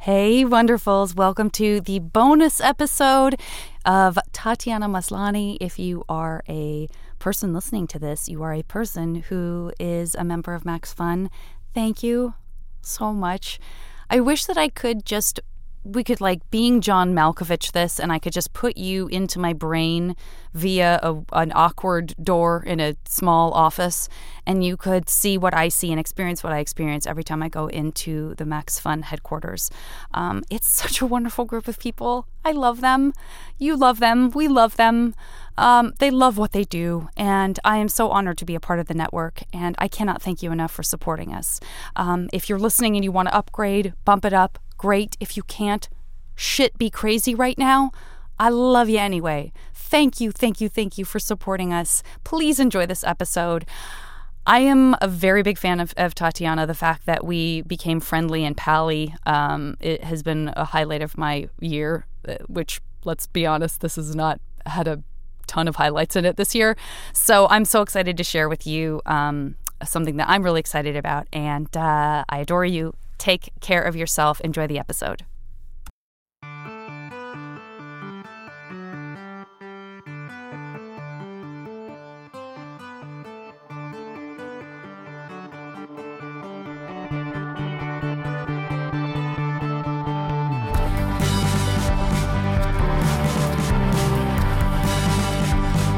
Hey, wonderfuls. Welcome to the bonus episode of Tatiana Maslani. If you are a person listening to this, you are a person who is a member of Max Fun. Thank you so much. I wish that I could just, we could like being John Malkovich this, and I could just put you into my brain via a, an awkward door in a small office, and you could see what I see and experience what I experience every time I go into the Max Fun headquarters. Um, it's such a wonderful group of people. I love them. You love them. We love them. Um, they love what they do, and I am so honored to be a part of the network. And I cannot thank you enough for supporting us. Um, if you're listening and you want to upgrade, bump it up. Great. If you can't, shit be crazy right now. I love you anyway. Thank you, thank you, thank you for supporting us. Please enjoy this episode. I am a very big fan of, of Tatiana. The fact that we became friendly and pally um, it has been a highlight of my year, uh, which, let's be honest, this has not had a ton of highlights in it this year. So I'm so excited to share with you um, something that I'm really excited about. And uh, I adore you. Take care of yourself. Enjoy the episode.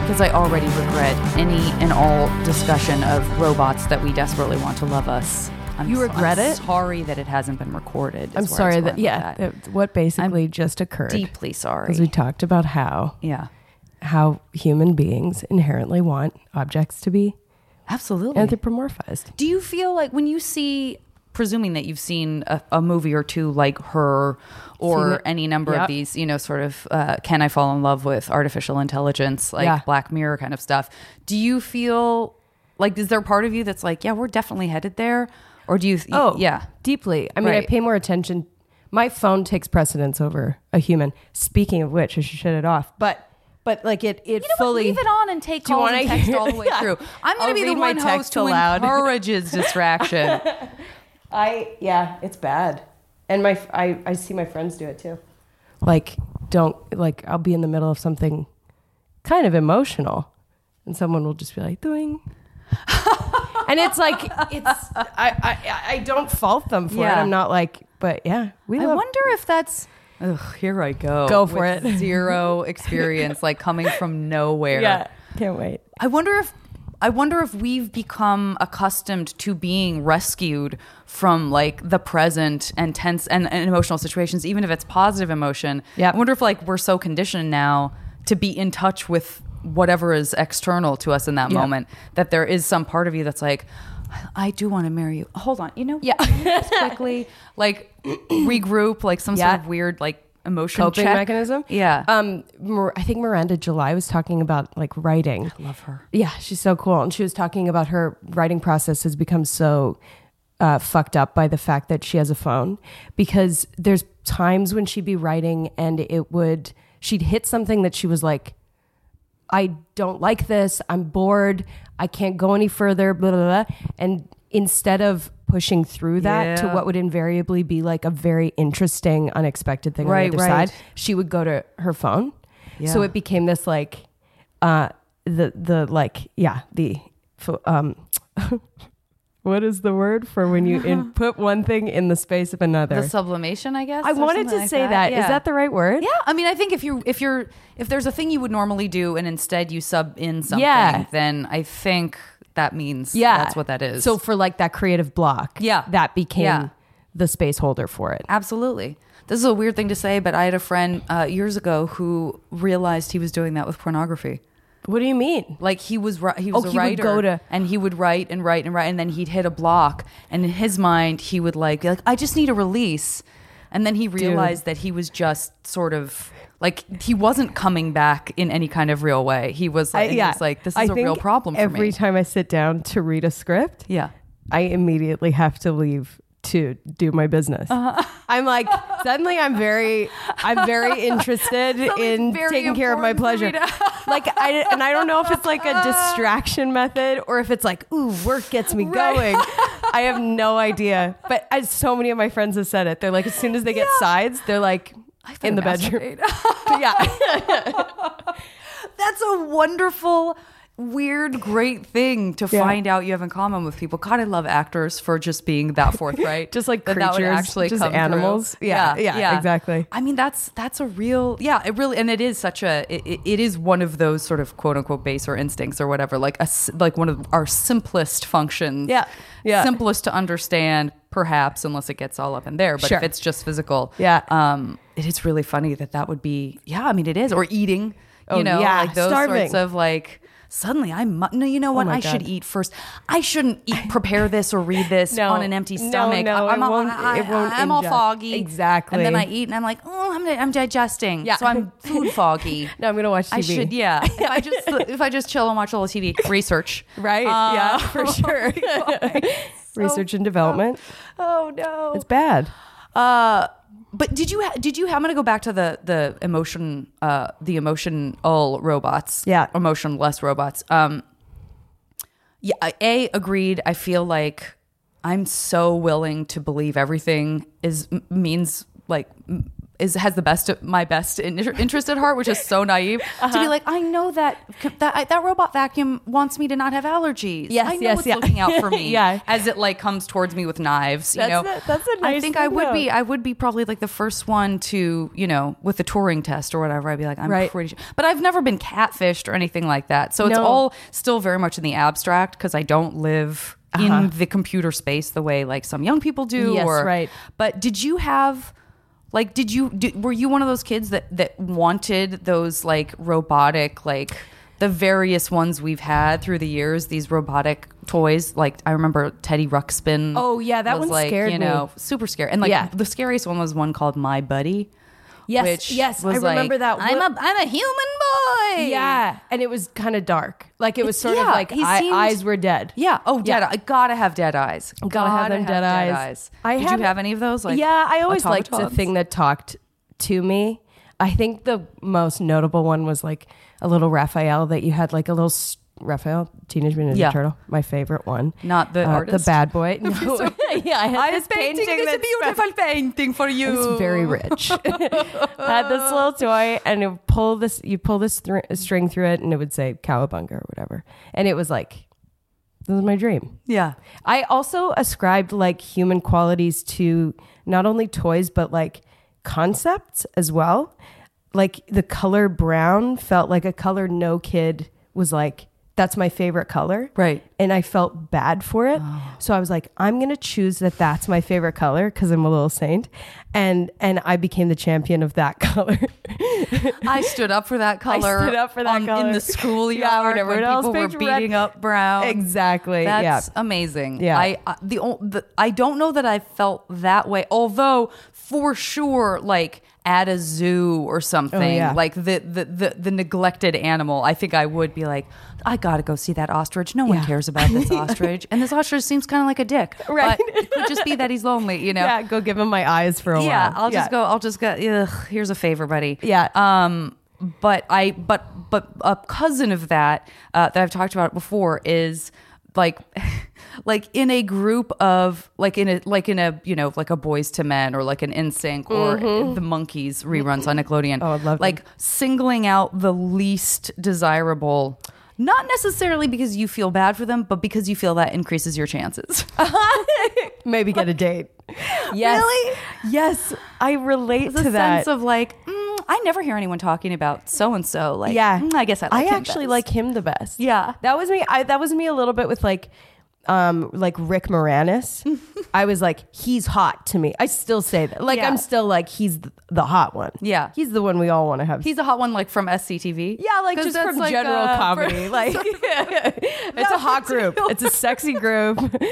because I already regret any and all discussion of robots that we desperately want to love us. I'm You so- regret I'm it? Sorry that it hasn't been recorded. is I'm where I sorry was that going with yeah, that. that- what basically just occurred. deeply Because we sorry. talked about how Yeah, how human beings inherently want objects to be absolutely. anthropomorphized. Do you feel like when you see, presuming that you've seen a, a movie or two like her Seen or it. any number Yeah. of these, you know, sort of uh, can I fall in love with artificial intelligence, like Yeah. Black Mirror kind of stuff, do you feel like, is there part of you that's like, yeah, we're definitely headed there? Or do you, th- Oh, Oh. yeah. deeply. I mean, I Right. pay more attention. My phone takes precedence over a human. Speaking of which, I should shut it off. But but like it it You know what? fully leave it on and take Do you calls wanna and text hear- all the way Yeah. through. I'm going I'll to be the read my one text host who aloud. encourages distraction. I yeah, it's bad. And my I I see my friends do it too. Like don't like I'll be in the middle of something kind of emotional and someone will just be like doing and it's like it's I, I I don't fault them for it. Yeah. I'm not like but yeah, we I love wonder if that's. Ugh, here I go. Go for with it. Zero experience, like coming from nowhere. Yeah. Can't wait. I wonder if I wonder if we've become accustomed to being rescued from like the present and tense and, and emotional situations, even if it's positive emotion. Yep. I wonder if like we're so conditioned now to be in touch with whatever is external to us in that Yeah. moment that there is some part of you that's like, I, I do want to marry you. Hold on, you know, Yeah. let me just quickly like regroup, like some Yeah. sort of weird like emotion Coping check. mechanism. Yeah, Um Mir- I think Miranda July was talking about like writing. love her. Yeah, she's so cool. And she was talking about her writing process has become so uh, fucked up by the fact that she has a phone because there's times when she'd be writing and it would, she'd hit something that she was like, I don't like this. I'm bored. I can't go any further, blah, blah, blah. And instead of pushing through that to Yeah. what would invariably be like a very interesting, unexpected thing Right, on the other right. side, she would go to her phone. So Yeah. it became this like, uh, the the like yeah the f- um, what is the word for when you in, put one thing in the space of another? The sublimation, I guess. I or wanted something to like say that. Is Yeah. that the right word? Yeah, I mean, I think if you if you're if there's a thing you would normally do and instead you sub in something, Yeah. then I think that means Yeah, that's what that is. So for like that creative block, Yeah. that became Yeah. the space holder for it. absolutely. This is a weird thing to say, but I had a friend uh, years ago who realized he was doing that with pornography. What do you mean? Like he was, ri- he was Oh, a he would writer, go to- and he would write and write and write, and then he'd hit a block, and in his mind he would like be like, I just need a release, and then he realized that he was just sort of like he wasn't coming back in any kind of real way. He was like, he was like this is a a real problem for Every me. time I sit down to read a script, yeah, I immediately have to leave to do my business. Uh-huh. I'm like suddenly I'm very I'm very interested in very taking care of my pleasure. important for me like I and I don't know if it's like a distraction method or if it's like ooh work gets me Right. going. I have no idea. But as so many of my friends have said it, they're like, as soon as they get sides, they're like, in the bedroom. yeah. That's a wonderful, weird, great thing to Yeah. find out you have in common with people. God, I love actors for just being that forthright. Just like that, that would creatures, actually just come through. animals. Yeah, yeah, exactly. I mean, that's that's a real yeah. It really and it is such a it- it, it is one of those sort of quote unquote baser instincts or whatever. Like a s- like one of our simplest functions. Yeah, yeah. Simplest to understand, perhaps, unless it gets all up in there. But Sure. if it's just physical, Yeah. Um, it is really funny that that would be yeah. I mean, it is or eating. You Oh, know, yeah, like those starving. Oh sorts of of like suddenly I mu- no you know what my I should God. eat first I shouldn't eat prepare this or read this No. on an empty No, stomach no, I- I'm, it all- won't- I, it won't am all ingest. foggy Exactly. and then I eat and I'm like oh I'm, I'm digesting Yeah. so I'm food foggy No, I'm gonna watch TV. I should yeah if I just if I just chill and watch a little TV research Right. Uh, yeah, for sure. Research and development. oh no It's bad. Uh, but did you ha- did you? I'm going to go back to the the emotion uh the emotional robots. Yeah. emotionless robots. Um, yeah. I- A agreed. I feel like I'm so willing to believe everything is m- means like. m- Is, has the best of my best in, interest at heart, which is so naive to Uh-huh. be like, I know that that I, that robot vacuum wants me to not have allergies. Yes, I know yes, it's yeah. looking out for me. Yeah. as it like comes towards me with knives. You That's know, a- that's a I nice think I thing, would though. be I would be probably like the first one to, you know, with the touring test or whatever. I'd be like, I'm Right. pretty sure. But I've never been catfished or anything like that. So it's No. all still very much in the abstract because I don't live in the computer space the way like some young people do. Uh-huh. Yes, or, right. But did you have. Like, did you did, were you one of those kids that that wanted those like robotic like the various ones we've had through the years these robotic toys like I remember Teddy Ruxpin Oh, yeah, that was one like, scared you me. know super scary. And like Yeah. the scariest one was one called My Buddy. Yes, which yes, was I remember like, that. I'm What- a I'm a human boy. Yeah, and it was kind of dark. Like it was It's- sort of yeah, like he eye- seemed- eyes were dead. Yeah. Oh, dead. Yeah. I gotta have dead eyes. Gotta, have them dead eyes. I Did had- you have any of those? Like, yeah, I always liked the automatons? thing that talked to me. I think the most notable one was like a little Raphael that you had like a little s Raphael Teenage Mutant Ninja Yeah. Turtle, my favorite one. Not the Uh, the artist? bad boy. No. yeah, I had I'm this painting, painting this that's beautiful painting for you. It's very rich. I had this little toy, and it would pull this. You pull this thr- string through it, and it would say "cowabunga" or whatever. And it was like, this was my dream. Yeah. I also ascribed like human qualities to not only toys but like concepts as well. Like the color brown felt like a color no kid was like that's my favorite color. Right. And I felt bad for it. Oh. So I was like I'm going to choose that that's my favorite color cuz I'm a little saint. And and I became the champion of that color. I stood up for that color. stood up for that on- in color. the schoolyard Yeah, when when everyone people else were picked red. beating up brown. exactly. Oh, That's yeah. amazing. Yeah. I, I the, ol- the I don't know that I felt that way. Although for sure, like at a zoo or something, Oh, yeah. like the, the the the neglected animal, I think I would be like, I gotta go see that ostrich. No one Yeah. cares about this ostrich, and this ostrich seems kind of like a dick. Right. But it could just be that he's lonely. You know. Yeah, go give him my eyes for a Yeah, while. I'll just go. I'll just go. Ugh, here's a favor, buddy. Yeah. Um, but I, but but a cousin of that uh, that I've talked about before is like, like in a group of like in a like in a you know like a Boys to Men or like an NSYNC or the Monkeys reruns on Nickelodeon. Mm-hmm. Oh, I'd love them. like singling out the least desirable. Not necessarily because you feel bad for them, but because you feel that increases your chances. maybe get a date. Yes. Really? Yes, I relate the to that. sense of like mm, I never hear anyone talking about so and so. Like, yeah, mm, I guess I, like I him actually best. like him the best. Yeah. that was me. I that was me a little bit with like, um, like Rick Moranis. I was like, he's hot to me. I still say that. Like, Yeah. I'm still like, he's th- the hot one. Yeah. he's the one we all want to have. he's a hot one, like from SCTV. yeah, like 'Cause just that's from like, general uh, comedy. from- like, it's a hot group. It's a sexy group,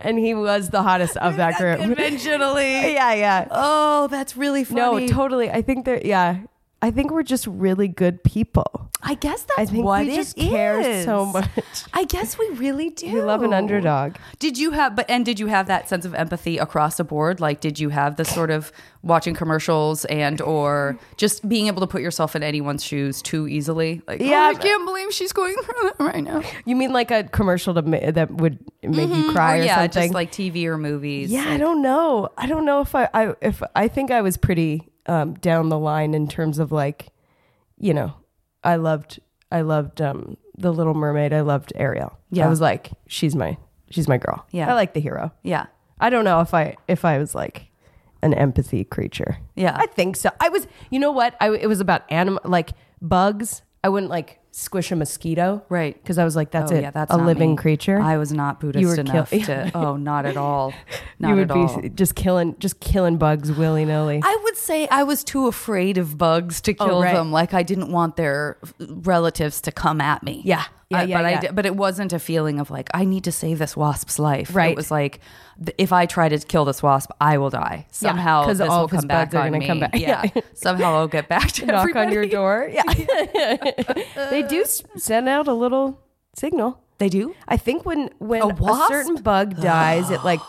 and he was the hottest of that group. conventionally. yeah, yeah. Oh, that's really funny. No, totally. I think that yeah. I think we're just really good people. I guess that's I think what we just it is. care so much. I guess we really do. We love an underdog. Did you have but and did you have that sense of empathy across the board? Like did you have the sort of watching commercials and or just being able to put yourself in anyone's shoes too easily? Like yeah, Yeah. I can't believe she's going through that right now. You mean like a commercial to ma- that would make you cry or Mm-hmm. or, Oh, yeah, something? just like TV or movies. yeah, I don't know. I don't know if I, I if I think I was pretty um, down the line in terms of like, you know, I loved I loved um, the Little Mermaid. I loved Ariel. Yeah. I was like, she's my she's my girl. Yeah. I like the hero. Yeah. I don't know if I if I was like an empathy creature. Yeah. I think so. I was. You know what? I it was about animal like bugs. I wouldn't like squish a mosquito, Right. Because I was like, that's Oh, it. yeah, that's a not living me. creature. I was not Buddhist were enough kill- to oh not at all. Not you would at be all. just killing just killing bugs willy nilly. I would say I was too afraid of bugs to Oh, kill right. them. Like I didn't want their relatives to come at me. Yeah. Yeah, I- yeah, but I yeah. did- but it wasn't a feeling of like I need to save this wasp's life. It Right. was like th- if I try to kill this wasp, I will die somehow. 'cause this all will of his come back bugs are on gonna me. come back. Yeah, Yeah. somehow I'll get back to Knock on your everybody. door. Yeah, they do s- send out a little signal. They do. I think when when A a, wasp? certain bug dies, it like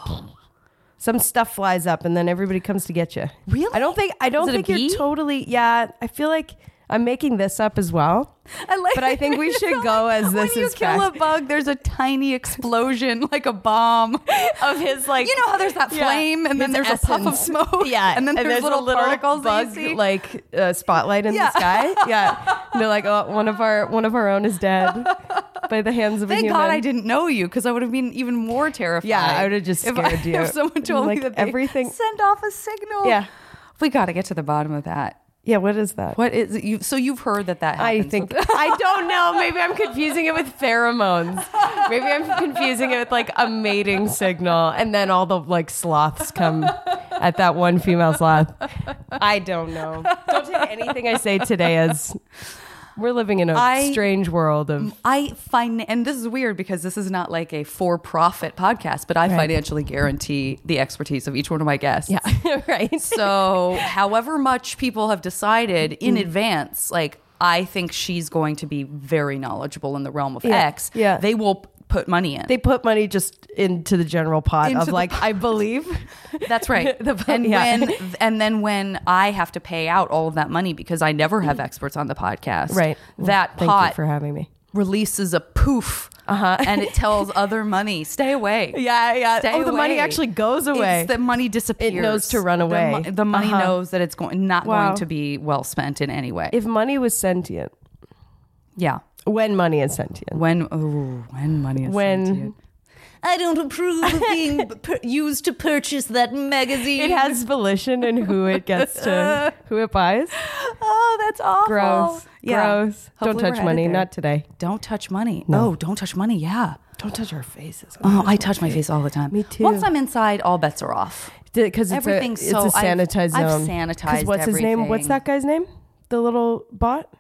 some stuff flies up, and then everybody comes to get you. Really? I don't think I don't Is it a think you're bee? totally. Yeah, I feel like I'm making this up as well. I like, But I think we should go as this when you is kill fact. a bug, there's a tiny explosion, like a bomb of his like. You know how there's that Yeah. flame, and then His there's a puff of essence. smoke, Yeah, and then there's, a little, particles that you bug see. like uh, spotlight in Yeah. the sky. Yeah, and they're like, oh, one of our one of our own is dead by the hands of a Thank human. God I didn't know you because I would have been even more terrified. Yeah, I would've just if I- scared you. If someone told me Like, that they everything- send off a signal. Yeah. we got to get to the bottom of that. Yeah, what is that? What is you? So you've heard that that I happens think with- I don't know. Maybe I'm confusing it with pheromones. Maybe I'm confusing it with like a mating signal, and then all the like sloths come at that one female sloth. I don't know. Don't take anything I say today as we're living in a I- strange world of I find, and this is weird because this is not like a for-profit podcast, but I financially guarantee the expertise of each one of my guests. yeah, right. So, however much people have decided Mm. in advance, like I think she's going to be very knowledgeable in the realm of Yeah. X. Yeah. they will p- put money in. They put money just into the general pot Into of the like I believe. That's right. The- and yeah. when and then when I have to pay out all of that money because I never have experts on the podcast, Right. That Thank pot you for having me. releases a poof, uh-huh. and it tells other money, "Stay away." Yeah, yeah. Stay oh, the money away." actually goes away. It's the money disappears. to run The away. mo- The, money Uh-huh. knows that it's going not Wow. going to be well spent in any way. if money was sentient, yeah. when money is sentient. When oh, when money is When- sentient. I don't approve of being per- used to purchase that magazine. It has volition and who it gets to, who it buys. Oh, that's awful. Gross. Gross. Hopefully don't we're touch money. headed there. Not today. Don't touch money. Oh, don't touch money. Yeah. Don't touch our faces. Oh, I touch my face all the time. Me too. Once I'm inside, all bets are off. Because it's, a, Everything's it's so- a sanitized I've- I've zone. 'Cause sanitized what's his name? What's everything. that guy's name? The little bot?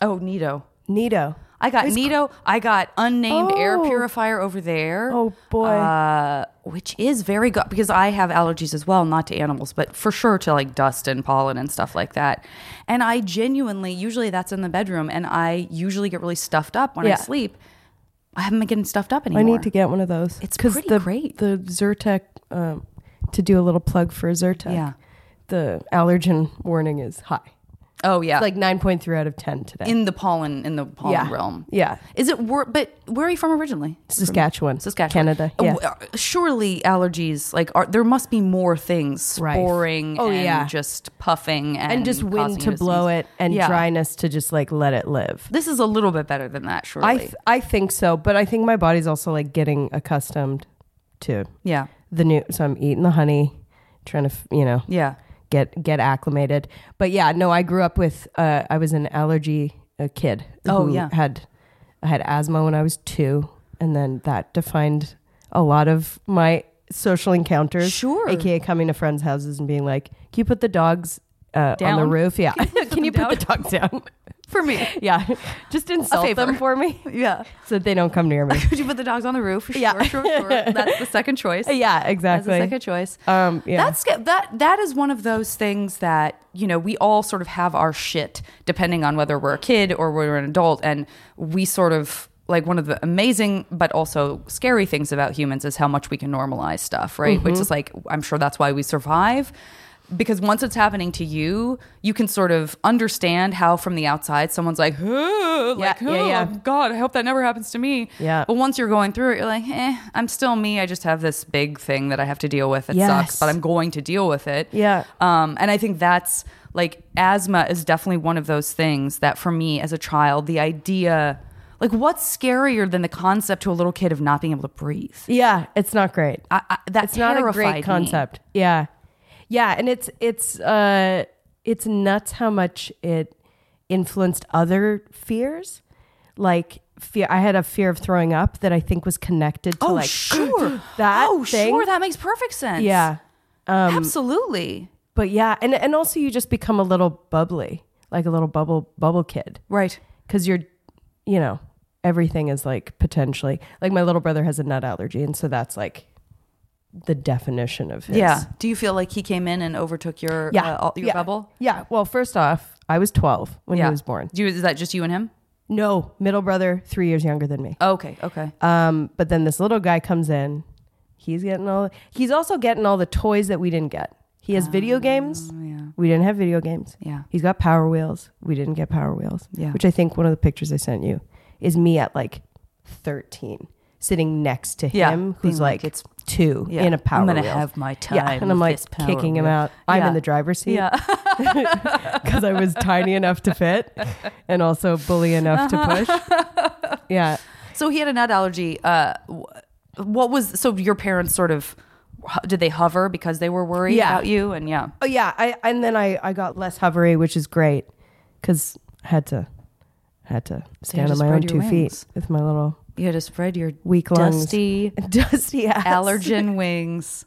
Oh, Nito. Nito. I got Nito. I got unnamed air Oh. purifier over there. Oh, boy. Uh, which is very good because I have allergies as well, not to animals, but for sure to like dust and pollen and stuff like that. And I genuinely, usually that's in the bedroom, and I usually get really stuffed up when I Yeah. sleep. I haven't been getting stuffed up anymore. I need to get one of those. It's 'Cause pretty the, great. The Zyrtec, um, to do a little plug for Zyrtec, Yeah. the allergen warning is high. Oh yeah, Like 9.3 out of 10 today. in the pollen in the pollen yeah. realm. Yeah. Is it? Wor- but where are you from originally? Saskatchewan. Saskatchewan, Canada. Uh, Yeah. w- uh, Surely allergies like are there must be more things Rife. sporing Oh, and yeah. just puffing and, and just wind causing you to blow sneeze. it and Yeah. dryness to just like let it live. This is a little bit better than that, surely. I th- I think so, but I think my body's also like getting accustomed to yeah, the new. So I'm eating the honey, trying to f- you know yeah. get get acclimated. But yeah, no, I grew up with uh, I was an allergy uh kid. Oh, who yeah. had I had asthma when I was two, and then that defined a lot of my social encounters. Sure. aka coming to friends' houses and being like, "Can you put the dogs uh, on the Down? roof? Yeah, can you put, them the dog down?" for me. Yeah. Just insult favor. them for me Yeah. so that they don't come near me. Could you put the dogs on the roof? Sure, Yeah. sure, sure. That's the second choice. yeah, That's the exactly. second choice. Um, yeah. That's good. that that is one of those things that, you know, we all sort of have our shit depending on whether we're a kid or we're an adult and we sort of like one of the amazing but also scary things about humans is how much we can normalize stuff, right? Which Mm-hmm. is like I'm sure that's why we survive because once it's happening to you, you can sort of understand how from the outside someone's like, "Huh," like, yeah, "Huh, yeah. I'm God, I hope that never happens to me. Yeah. But once you're going through it, you're like, eh, I'm still me. I just have this big thing that I have to deal with. It sucks, Yes. but I'm going to deal with it. Yeah. Um, and I think that's like asthma is definitely one of those things that for me as a child, the idea, like, what's scarier than the concept to a little kid of not being able to breathe? yeah, it's not great. I, I, that it's not a terrified me. great concept. Yeah. Yeah, and it's it's uh it's nuts how much it influenced other fears. Like fear I had a fear of throwing up that I think was connected to Oh, like sure. that oh, thing. sure. That makes perfect sense. yeah. Um, Absolutely. But yeah, and and also you just become a little bubbly, like a little bubble bubble kid, Right. because you're, you know, everything is like potentially like my little brother has a nut allergy, and so that's like the definition of his. Yeah. Do you feel like he came in and overtook your yeah, uh, all- your yeah. bubble? Yeah. Well, first off, I was twelve when yeah. he was born. Do you, is that just you and him? No, middle brother, three years younger than me. Okay. Okay. Um, but then this little guy comes in. He's getting all. He's also getting all the toys that we didn't get. He has Ah. video games. yeah. We didn't have video games. Um, Yeah. He's got Power Wheels. We didn't get Power Wheels. Yeah. Which I think one of the pictures I sent you is me at like 13, sitting next to Yeah, him, being who's like, like, it's- two yeah, in a I'm Power gonna Wheel. have my Yeah. time And I'm with like this Power kicking him Wheel. out. I'm Yeah. in the driver's seat Yeah. because I was tiny enough to fit and also bully enough to push. Yeah. So he had a nut allergy. Uh, wh- what was so your parents sort of ho- did they hover because they were worried Yeah. about you and yeah Oh, yeah. I, and then I, I got less hovery, which is great because I had to. Had to stand to on my spread own your two wings. feet with my little you had to spread your Weak lungs. dusty dusty ass. allergen wings.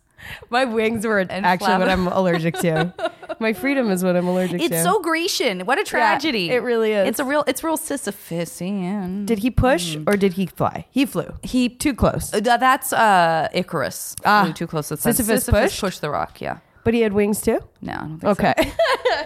My wings were actually flab- what I'm allergic to. My freedom is what I'm allergic to. It's so Grecian. What a tragedy! it really is. It's a real. It's real Sisyphusian. Did he push or did he fly? He flew. Mm. He too close. Uh, th- That's uh, Icarus. Ah. Flew too close to the sun. Sisyphus pushed? pushed the rock. Yeah. But he had wings too. No, I don't think so. Okay.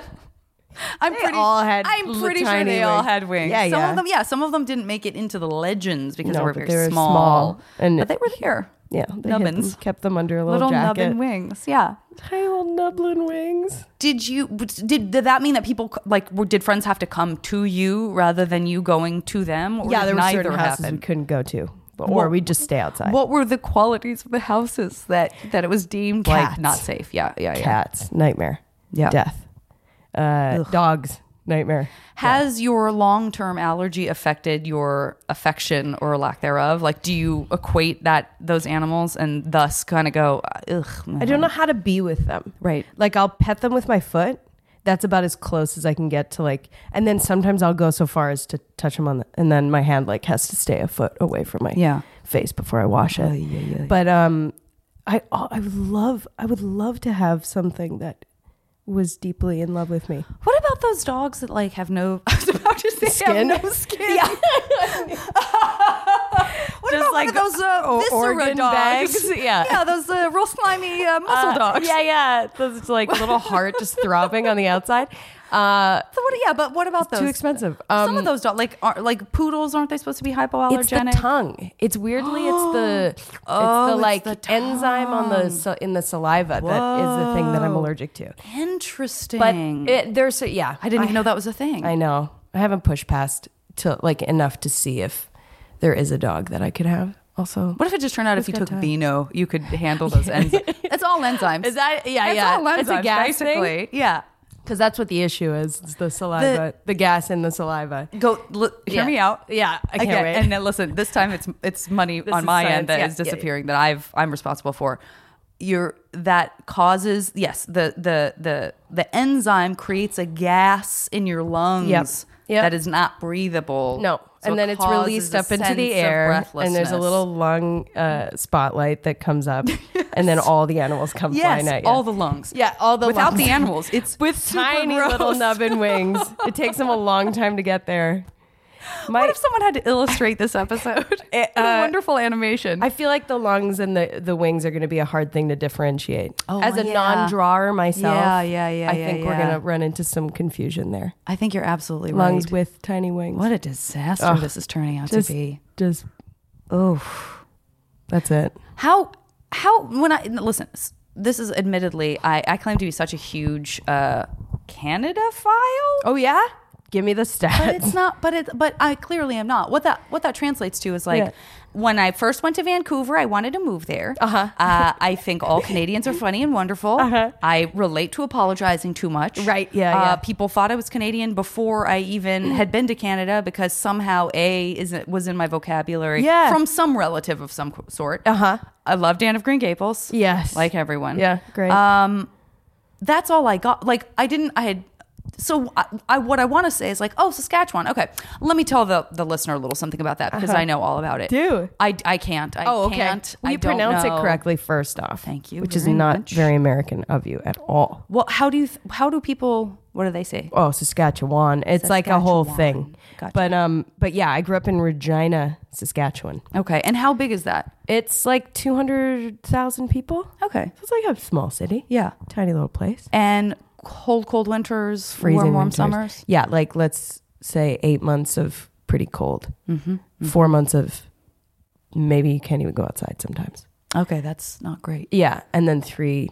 I'm They pretty, all had I'm l- pretty sure tiny they all wings. had wings. Yeah, some yeah. of them, yeah, some of them didn't make it into the legends because No, they were very but they were small. small, and- but they were there. yeah. They hid Nubbins. them, kept them under a little, Little, jacket. nubbin wings. Yeah. Tiny little nublin wings. Did you did did that mean that people c- like were, did friends have to come to you rather than you going to them? Or Yeah, did there were neither certain houses we happen? couldn't go to, or What- we'd just stay outside. What were the qualities of the houses that that it was deemed like Cats. not safe? Yeah, yeah, yeah. Cats, nightmare. Yeah. Death. Uh, dogs, nightmare. Has your long term allergy affected your affection or lack thereof? Like, do you equate that those animals and thus kind of go, ugh? I don't know how to be with them. Right. Like I'll pet them with my foot. That's about as close as I can get to like, and then sometimes I'll go so far as to touch them on the, and then my hand like has to stay a foot away from my Yeah. face before I wash it. But um, I I would love I would love to have something that was deeply in love with me. What about those dogs that like have no? I was about to say Skin? have no skin. Yeah. what Just about like like those uh, o- viscera organ dogs? bags. Yeah. yeah, those uh, real slimy uh, muscle Uh, dogs. Yeah, yeah. Those like little heart just throbbing on the outside. Uh, So what- yeah, but what about those? uh, too expensive. Um, Some of those dogs, like are, like poodles, aren't they supposed to be It's the hypoallergenic? tongue. It's weirdly it's the it's Oh, the it's like the enzyme on the sa- in the saliva that is the thing that I'm allergic to. Interesting. But it, there's so, yeah, I didn't even know that was a thing. I know. I haven't pushed past to like enough to see if there is a dog that I could have. Also, What if it just turned out if you took Beano, you could handle those enzymes? It's all enzymes. Is that- yeah, it's yeah. All enzymes, It's a gas thing? basically. Yeah. because that's what the issue is: it's the saliva, the, gas in the saliva. Go li- hear Yeah. me out. Yeah, I can't wait. And then listen, this time it's it's money on is my end science. that is Yeah, yeah, yeah. disappearing that I've I'm responsible for. You're that causes yes the the the the enzyme creates a gas in your lungs Yep. Yep. that is not breathable. No. and then it's released up into the air, and there's a little lung uh, spotlight that comes up, and then all the animals come yes, flying at you. all the lungs. yeah, all the Without lungs. the animals, it's with super tiny gross. little nubbin wings. it takes them a long time to get there. My, What if someone had to illustrate this episode? It, What a uh, wonderful animation. I feel like the lungs and the, the wings are going to be a hard thing to differentiate. Oh, As a yeah. non-drawer myself, Yeah, yeah, yeah, I yeah, think we're yeah. going to run into some confusion there. I think you're absolutely Lungs right. with tiny wings. What a disaster Ugh, this is turning out just- to be. Just Oh, that's it. how how when I listen, s- this is admittedly I, I claim to be such a huge uh, Canada file. Oh yeah, give me the But stats. it's not. But it. But I clearly am not. What that what that translates to is like Yeah. when I first went to Vancouver, I wanted to move there. Uh-huh. I think all Canadians are funny and wonderful. Uh-huh. I relate to apologizing too much. Right, yeah, Uh, yeah. People thought I was Canadian before I even had been to Canada because somehow a is was in my vocabulary. Yeah. Uh-huh. From some relative of some sort. Uh huh. I loved Anne of Green Gables. Yes. Like everyone Um, Yeah, great. that's all I got. Like I didn't. I had. So I, I what I want to say is like, oh, Saskatchewan. Okay, let me tell the the listener a little something about that Uh-huh. because I know all about it. Do. I? I can't. I Oh, can't. We Oh, I don't pronounce know. it correctly first off. Thank you Which is very not much. very American of you at all. Well, how do you? th- How do people? What do they say? Oh, Saskatchewan. It's like a whole Saskatchewan. thing. Gotcha. But um but yeah, I grew up in Regina, Saskatchewan. Okay, and how big is that? It's like 200,000 people. Okay, So it's like a small city. yeah. Tiny little place. And cold, cold winters, Freezing warm, warm winters. summers. Yeah, like let's say 8 months of pretty cold. Mm-hmm. 4 months of maybe you can't even go outside sometimes. Okay, that's not great. Yeah, and then 3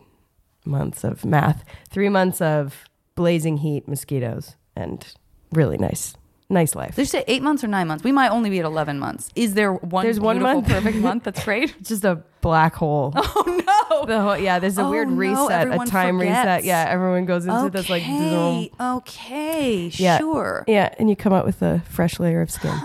months of math. 3 months of blazing heat, mosquitoes and really nice nice life. Did you say eight months or nine months? We might only be at eleven months. Is there one? There's one beautiful, month. perfect month. That's great. It's just a black hole. Oh no. The whole, yeah, there's a Oh, weird no, reset, a everyone time forgets. reset. Yeah, everyone goes into this like zoom. okay, Yeah. sure. Yeah, and you come out with a fresh layer of skin.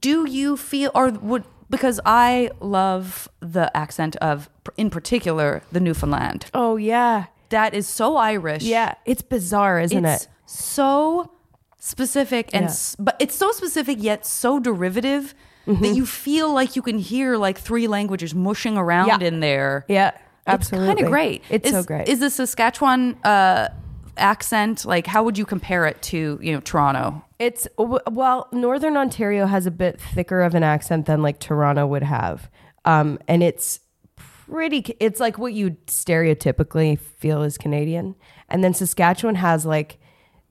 Do you feel or would because I love the accent of in particular the Newfoundland. Oh yeah, That is so Irish. yeah. It's bizarre, isn't It's it? so specific and Yeah. s- but it's so specific yet so derivative that you feel like you can hear like three languages mushing around Yeah. in there. Yeah, It's kind absolutely. of great. It's is, so great. Is the Saskatchewan uh, accent like? How would you compare it to you know Toronto? It's w- well, Northern Ontario has a bit thicker of an accent than like Toronto would have, um, and it's pretty. c- It's like what you stereotypically feel is Canadian, and then Saskatchewan has like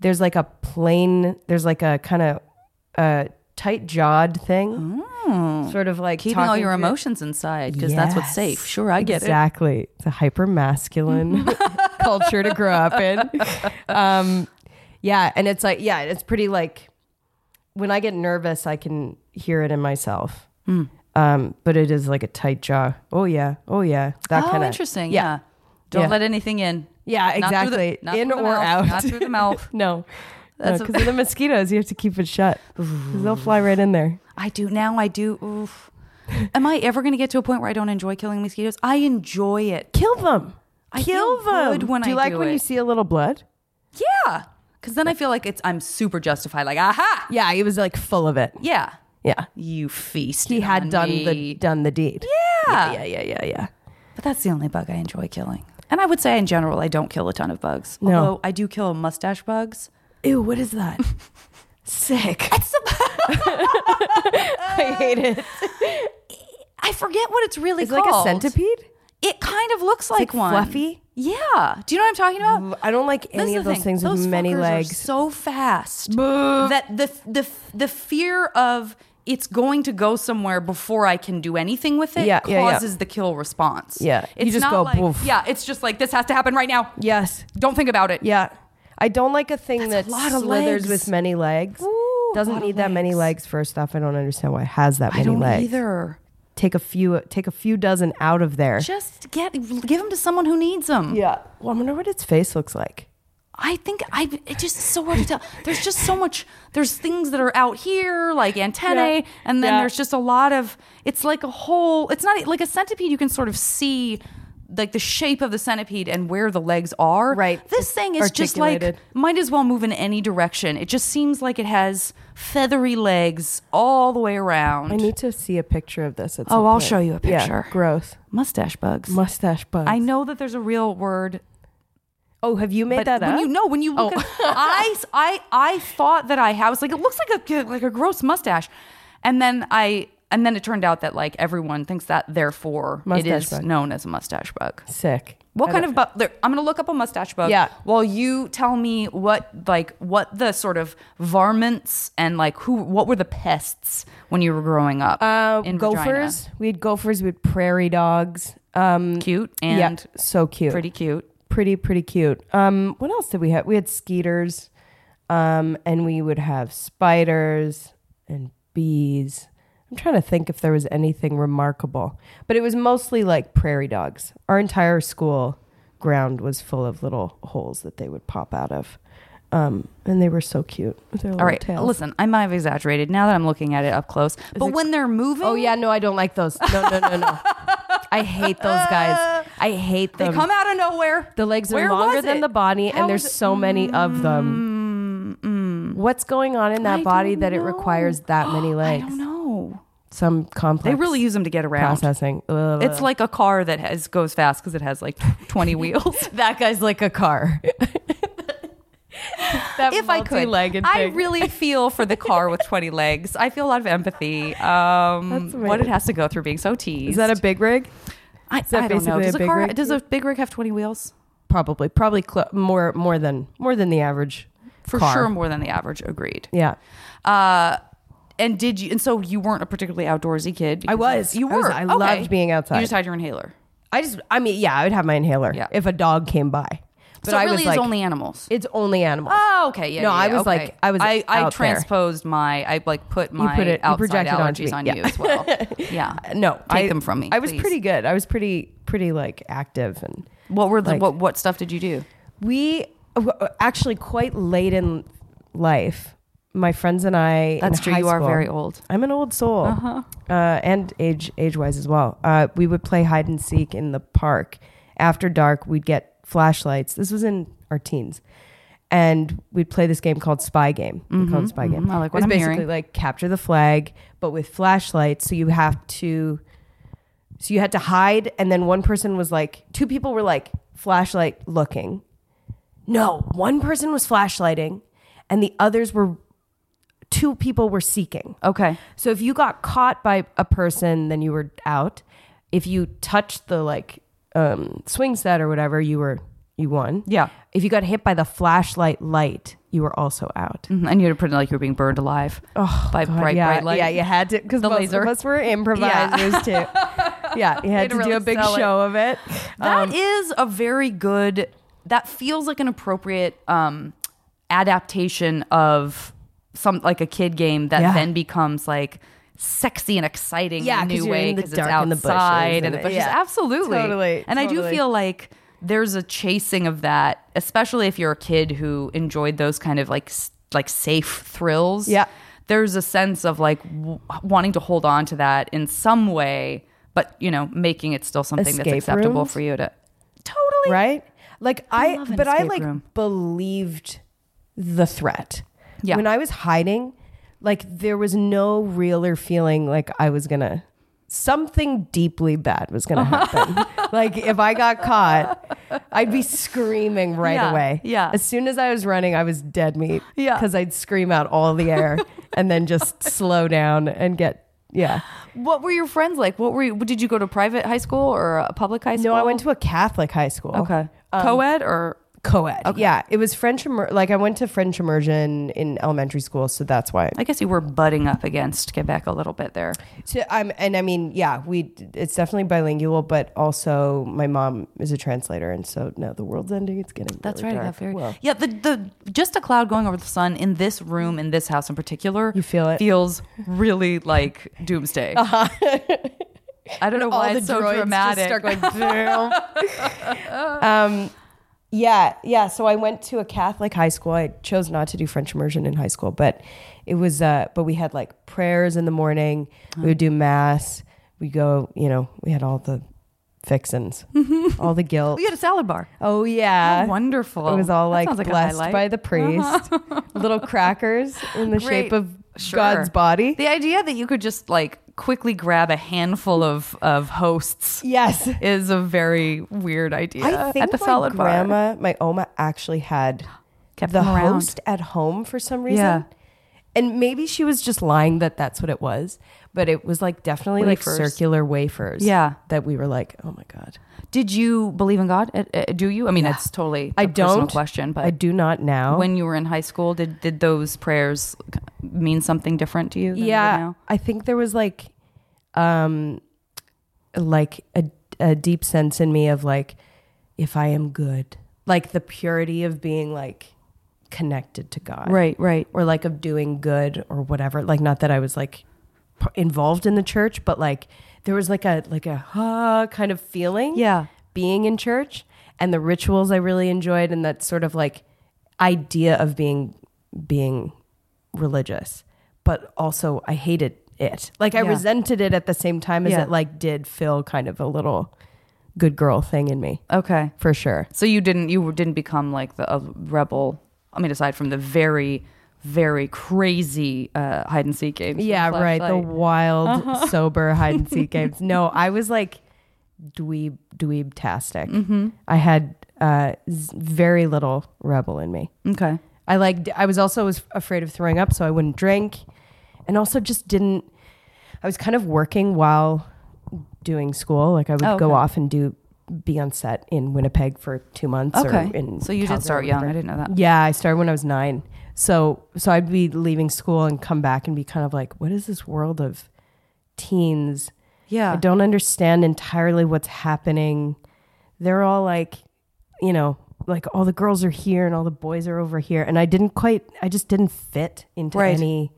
there's like a plain, there's like a kind of a tight jawed thing, sort of like Keeping all talking your through- emotions inside because that's what's Yes. safe. Sure, I get it. exactly. It's a hyper masculine culture to grow up in. Um, yeah, and it's like yeah, it's pretty like when I get nervous, I can hear it in myself. Hmm. Um, but it is like a tight jaw. Oh yeah, oh yeah, that oh, kind of interesting. Yeah. Yeah. Don't Yeah. let anything in. yeah, Not through the- exactly. not in through the or mouth, out, not through the mouth. no, That's because a- of the mosquitoes, you have to keep it shut. 'Cause they'll fly right in there. I do now. I do. Oof. Am I ever going to get to a point where I don't enjoy killing mosquitoes? I enjoy it. Kill them. I Kill feel them. good when do you I like do when it. you see a little blood? Yeah, because then I feel like it's I'm super justified. Like aha, Yeah, he was like full of it. yeah, Yeah. you feast. he had done the done the deed. Yeah. yeah, yeah, yeah, yeah. But that's the only bug I enjoy killing. And I would say in general, I don't kill a ton of bugs. No. Although I do kill mustache bugs. Ew, what is that? Sick. I hate it. I forget what it's really It's called. like a centipede. It kind of looks like, like one. fluffy? Yeah. Do you know what I'm talking about? I don't like That's any the of those thing. things Those with many fuckers are legs. so fast that the the the fear of it's going to go somewhere before I can do anything with it Yeah, yeah, yeah. causes the kill response. Yeah. You It's just not go, like, "Woof." yeah, it's just like this has to happen right now. Yes. Don't think about it. Yeah. I don't like a thing That's a that lot of slithers legs. with many legs. Ooh, a lot Doesn't of need that many legs. legs. First off, I don't understand why it has that I many don't legs. either. Take a few. Take a few dozen out of there. Just get give them to someone who needs them. yeah. Well, I wonder what its face looks like. I think I it just is so hard to tell. There's just so much. There's things that are out here like antennae, Yeah. and then Yeah. there's just a lot of. It's like a whole. It's not like a centipede. You can sort of see like the shape of the centipede and where the legs are. Right. This thing is just like Articulated. might as well move in any direction. It just seems like it has feathery legs all the way around. I need to see a picture of this. At Oh, some I'll point. show you a Yeah, picture. growth, Mustache bugs. mustache bugs. I know that there's a real word. Oh, have you made But that Oh. when up? you know when you look, at, I I I thought that I had I was like it looks like a like a gross mustache, and then I and then it turned out that like everyone thinks that therefore it Mustache is bug. known as a mustache bug. Sick. What I kind don't- of bug? There, I'm gonna look up a mustache bug. Yeah. While you tell me what like what the sort of varmints and like who what were the pests when you were growing up? Uh, in vagina? gophers. We had gophers. We had prairie dogs. Um, cute and yeah, so cute. pretty cute. pretty pretty cute. Um, what else did we have? We had skeeters, um, and we would have spiders and bees. I'm trying to think if there was anything remarkable, but it was mostly like prairie dogs. Our entire school ground was full of little holes that they would pop out of, um, and they were so cute. With their All little right, tails. listen, I might have exaggerated now that I'm looking at it up close. But when they're moving, Oh yeah, no, I don't like those. No, no, no, no. I hate those guys. I hate they them. come out of nowhere. The legs are Where longer was than it? the body, How and there's is it- so many of them. What's going on in that I body don't that it know. requires that many legs? I don't know. Some complex. They really use them to get around. processing. It's like a car that has goes fast because it has like 20 wheels. that guy's like a car. that If I could, multi-legged I thing. really feel for the car with 20 legs. I feel a lot of empathy. Um, That's amazing. what it has to go through being so teased. is that a big rig? I, that I don't know. basically a Does a, big car? rig? Does a big rig have 20 wheels? Probably, probably cl- more, more than more than the average. For car. sure, more than the average. Agreed. Yeah, Uh, and did you? And so you weren't a particularly outdoorsy kid. because- was. You I was. were. I Okay. loved being outside. You just had your inhaler. I just, I mean, yeah, I would have my inhaler Yeah. if a dog came by. But so it I really was is like, only animals. it's only animals. Oh, okay. Yeah. No, yeah, I yeah, was okay. like- I was I, I out there. transposed my. I like put my put it- you outside projected onto allergies me. on Yeah. you as well. yeah. Uh, no, Take I, them from me. I was please. pretty good. I was pretty pretty like active and What were the, like- what what stuff did you do? we w- actually quite late in life. My friends and I. That's in true. high You are school- very old. I'm an old soul, Uh-huh. uh and age age wise as well. Uh, we would play hide and seek in the park. After dark, we'd get flashlights. This was in our teens, and we'd play this game called Spy Game. We called it Spy Game. mhm. I like what it was I'm hearing. basically like capture the flag, but with flashlights. So you have to, so you had to hide, and then one person was like, two people were like flashlight looking. No, one person was flashlighting, and the others were. Two people were seeking. Okay. So if you got caught by a person, then you were out. If you touched the like um, swing set or whatever, you were you won. Yeah. If you got hit by the flashlight light, you were also out. Mhm. And you had to pretend like you were being burned alive oh, by God, bright yeah, bright light. yeah, you had to because The most laser. of us were improvisers too. Yeah, you to had to, do really a big sell it. show of it. Um, That is a very good. That feels like an appropriate um, adaptation of some like a kid game that Yeah. then becomes like sexy and exciting in Yeah, a 'cause new you're way in the because it's dark and the bushes outside and and the it- bushes. yeah. Absolutely, Totally, And I do totally. feel like there's a chasing of that, especially if you're a kid who enjoyed those kind of like s- like safe thrills Yeah. there's a sense of like w- wanting to hold on to that in some way, but you know, making it still something that's Escape acceptable rooms? for you to totally. right? Like I, love an but I escape like room. believed the threat. Yeah. When I was hiding, like there was no realer feeling like I was gonna something deeply bad was gonna Uh-huh. happen. like if I got caught, I'd be screaming right Yeah, away. yeah. As soon as I was running, I was dead meat. Yeah. Because I'd scream out all the air and then just slow down and get yeah. What were your friends like? What were you? Did you go to private high school or a public high school? No, I went to Um, a Catholic high school. okay co-ed or co-ed yeah it was french immer- like i went to french immersion in elementary school so that's why I guess you were butting up against Quebec a little bit there. so i'm and i mean yeah we it's definitely bilingual but also my mom is a translator and so no the world's ending it's getting That's really right. I got dark. very Well, yeah. The the just a cloud going over the sun in this room in this house in particular. You feel it? Feels really like doomsday. I don't know why it's so Uh-huh. droids just dramatic. start going, "Vroom." um, yeah, yeah. So I went to a Catholic high school. I chose not to do French immersion in high school, but it was. Uh, but we had like prayers in the morning. We would do mass. We go. You know, we had all the fixins, all the guilt. we had a salad bar. Oh How yeah. wonderful. It was all That like, sounds a blessed highlight. by the priest. Little crackers in the shape Great. of Sure. God's body. The idea that you could just like quickly grab a handful of of hosts yes. is a very weird idea I think at the my salad bar. grandma, my oma actually had Kept the them around. host at home for some reason. Yeah. And maybe she was just lying that that's what it was, but it was like definitely Wafers. like circular wafers. Yeah. That we were like, oh my God. Did you believe in God? Uh, uh, do you? I mean, it's totally I I a personal don't. question, but I do not now. when you were in high school, did did those prayers mean something different to you? Than they do yeah. now? I think there was like, um, like a, a deep sense in me of like, if I am good, like the purity of being like connected to God. Right. Right. or like of doing good or whatever like not that i was like p- involved in the church but like there was like a like a ah kind of feeling Yeah. being in church and the rituals i really enjoyed and that sort of like idea of being being religious but also i hated it like i Yeah. resented it at the same time as Yeah. it like did feel kind of a little good girl thing in me Okay. for sure So you didn't you didn't become like the a rebel. I mean, aside from the very very crazy uh, hide and seek games. with Yeah, the right. The flashlight. wild, Uh-huh. sober hide and seek games. No, I was like dweeb, dweeb tastic. Mm-hmm. I had uh, z- very little rebel in me. okay. I like. I was also was afraid of throwing up, so I wouldn't drink, and also just didn't. I was kind of working while doing school. Like I would Oh, go okay. off and do be on set in Winnipeg for two months. or Okay. in so you Calgary or did start young. whatever. I didn't know that. Yeah, I started when I was nine. So so I'd be leaving school and come back and be kind of like, what is this world of teens? Yeah. I don't understand entirely what's happening. They're all like, you know, like all the girls are here and all the boys are over here. And I didn't quite, I just didn't fit into Right. any.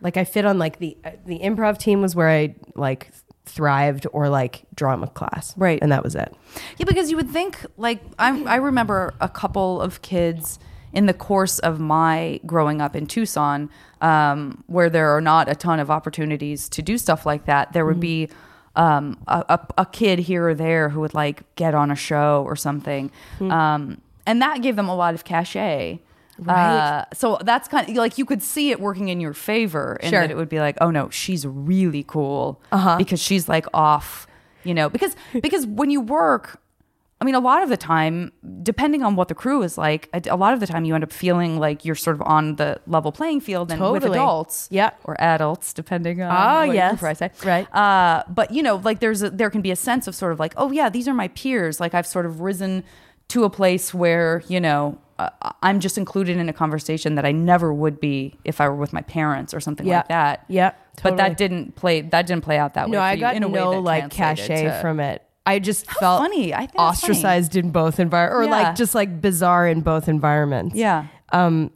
Like I fit on like the uh, the improv team was where I like thrived or like drama class, Right. And that was it. Yeah, because you would think like I I remember a couple of kids in the course of my growing up in Tucson, um, where there are not a ton of opportunities to do stuff like that. There would be um, a, a, a kid here or there who would like get on a show or something, um, and that gave them a lot of cachet. Right. Uh, so that's kind of like you could see it working in your favor, and Sure. Uh-huh. that it would be like, oh no, she's really cool because she's like off, you know, because because when you work, I mean, a lot of the time, depending on what the crew is like, a, a lot of the time you end up feeling like you're sort of on the level playing field and with Totally. adults, Yeah. or adults, depending on Ah, what yes. group I say, Right. Uh, but you know, like there's a, there can be a sense of sort of like, oh yeah, these are my peers. Like I've sort of risen to a place where you know. Uh, I'm just included in a conversation that I never would be if I were with my parents or something Yeah. like that. Yeah, But that totally. didn't play. That didn't play out that way. No, for I you got in a way no that like translated cachet to- from it. I just felt funny. I think that's funny. ostracized in both environments, or Yeah. like just like bizarre in both environments. Yeah. Um,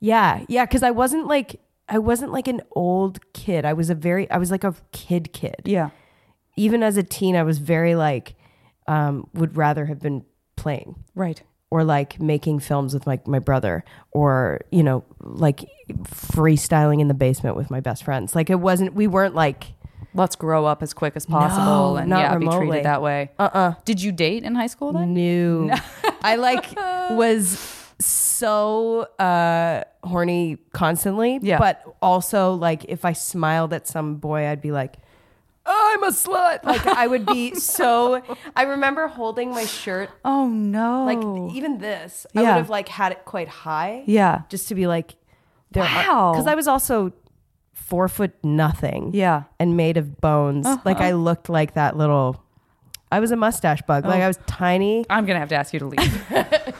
yeah, yeah. Because I wasn't like I wasn't like an old kid. I was a very I was like a kid kid. Yeah. Even as a teen, I was very like um, would rather have been playing Right. or like making films with my, my brother or you know like freestyling in the basement with my best friends like it wasn't we weren't like let's grow up as quick as possible No, and not yeah, be remotely. Uh-uh. treated that way. Uh uh Did you date in high school then? No. I like was so uh horny constantly. Yeah. But also like if I smiled at some boy, I'd be like, I'm a slut. Like I would be so I remember holding my shirt Oh no. like even this. I Oh. Yeah. would have like had it quite high. yeah. Just to be like there Wow. because I was also four foot nothing Yeah. Uh-huh. and made of bones. Like I looked like that little. I was a mustache bug. Oh. Like I was tiny. I'm going to have to ask you to leave.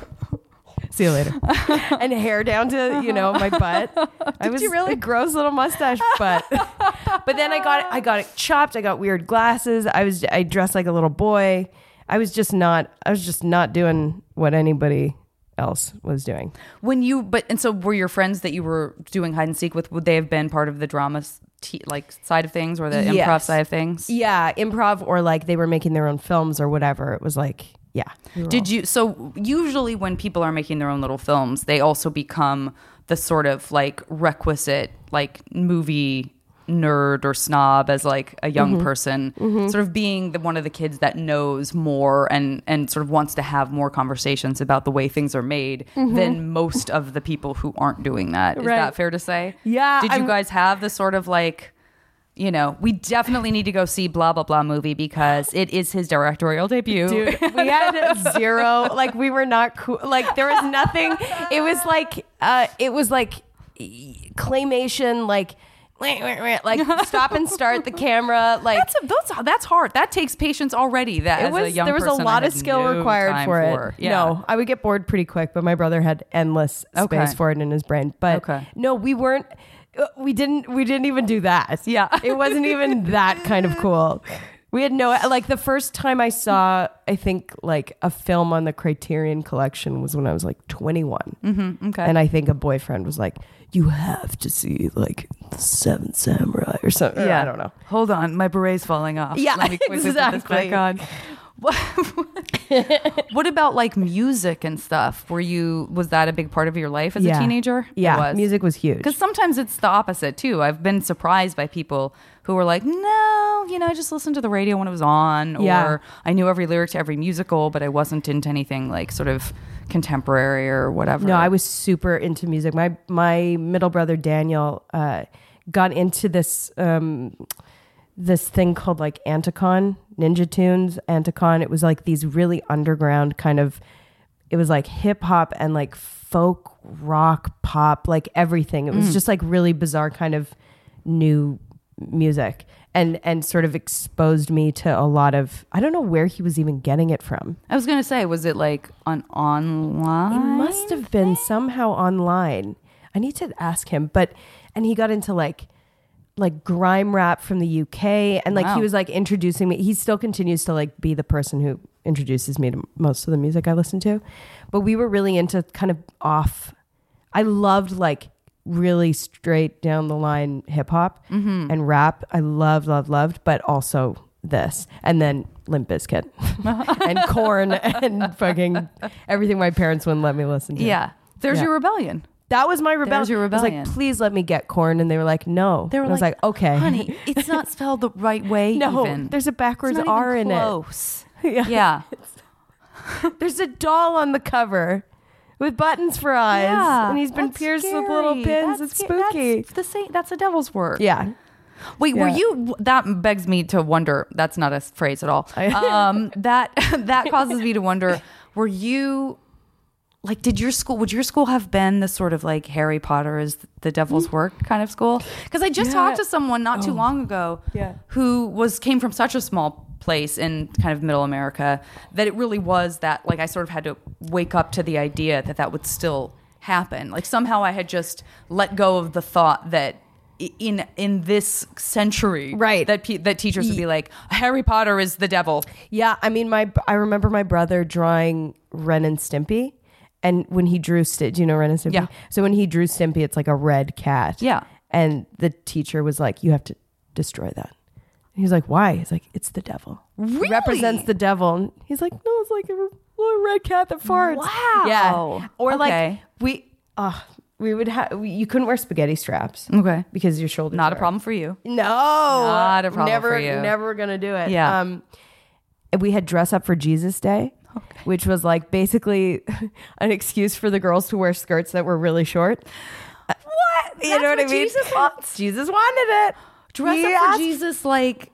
See you later. and hair down to you know my butt. I was you really? a gross little mustache butt. but then I got it, I got it chopped. I got weird glasses. I was I dressed like a little boy. I was just not. I was just not doing what anybody else was doing. when you but and so were your friends that you were doing hide and seek with would they have been part of the drama t- like side of things or the improv Yes. side of things? Yeah, improv or like they were making their own films or whatever. It was like yeah. Did you? So usually, when people are making their own little films, they also become the sort of like requisite like movie nerd or snob as like a young Mm-hmm. person, sort of being the one of the kids that knows more and and sort of wants to have more conversations about the way things are made than most of the people who aren't doing that. Is Mm-hmm. Right. that fair to say? Yeah, Did you I'm- guys have the sort of like you know, we definitely need to go see blah blah blah movie because it is his directorial debut. Dude, we had zero. Like we were not cool. Like there was nothing. It was like uh, it was like e- claymation. Like like stop and start the camera. Like That's, that's that's hard. That takes patience already. That it as was a young there was a person, I lot of had skill no required time for it. Yeah. No, I would get bored pretty quick, but my brother had endless space Okay. for it in his brain. But Okay. no, we weren't. uh, We didn't. We didn't even do that. Yeah. it wasn't even that kind of cool. We had no like the first time I saw I think like a film on the Criterion Collection was when I was like 21, Mm-hmm. Mm, Okay. and I think a boyfriend was like, "You have to see like the Seven Samurai or something." Yeah, I don't know. Hold on, my beret's falling off. Yeah, Let me quickly put this exactly. back on. What- what about like music and stuff? Were you was that a big part of your life as yeah. a teenager? yeah, it was. music was huge. Because sometimes it's the opposite too. I've been surprised by people who were like, "No, you know, I just listened to the radio when it was on, or Yeah. I knew every lyric to every musical, but I wasn't into anything like sort of contemporary or whatever." No, I was super into music. My my middle brother Daniel uh, got into this um, this thing called like Anticon Ninja Tunes. Anticon. It was like these really underground kind of. It was like hip hop and like folk rock pop, like everything. It was Mm. just like really bizarre kind of new music. And, and sort of exposed me to a lot of I don't know where he was even getting it from. I was gonna say, was it like on It online? must have been somehow online. I need to ask him, but and he got into like like grime rap from the UK and like Wow. he was like introducing me. He still continues to like be the person who introduces me to most of the music I listen to. But we were really into kind of off I loved like really straight down the line hip hop Mm-hmm. and rap. I loved, loved, loved, but also this. And then Limp Bizkit and Corn and fucking everything my parents wouldn't let me listen to. Yeah. There's Yeah. your rebellion. That was my rebellion. There's your I rebellion. was like, please let me get corn. And they were like, no. They were and I was like, okay. honey, it's not spelled the right way. no, even. there's a backwards It's not R even in it. close. Yeah. Yeah. There's a doll on the cover with buttons for eyes. and he's been that's pierced with little scary. pins. That's it's sca- spooky. That's the same. That's the devil's work. yeah. Wait, were Yeah. you? That begs me to wonder. That's not a s- phrase at all. Um, that that causes me to wonder. Were you like? Did your school? Would your school have been the sort of like Harry Potter is the devil's work kind of school? Because I just talked to someone not too long ago. Oh. Yeah. Who was came from such a small place in kind of middle America that it really was that like I sort of had to wake up to the idea that that would still happen. Like somehow I had just let go of the thought that i- in in this century Right. that pe- that teachers would be like Harry Potter is the devil. Yeah, I mean, my I remember my brother drawing Ren and Stimpy, and when he drew Stimpy, do you know Ren and Stimpy? Yeah. So when he drew Stimpy, it's like a red cat. Yeah. And the teacher was like, "You have to destroy that." And he's like, "Why?" He's like, "It's the devil. Really? Represents the devil." And he's like, "No, it's like a r- little red cat that farts." Wow. Yeah. Or like Okay. we, uh, we would have you couldn't wear spaghetti straps Okay. because your shoulders Mm. Not a are- problem for you. no, Not a problem Never, for you. never gonna do it. Yeah. Um, we had dress up for Jesus Day, which was like basically an excuse for the girls to wear skirts that were really short. What? you know what, I mean? Oh, Jesus wanted it. Dress He up for asked- Jesus like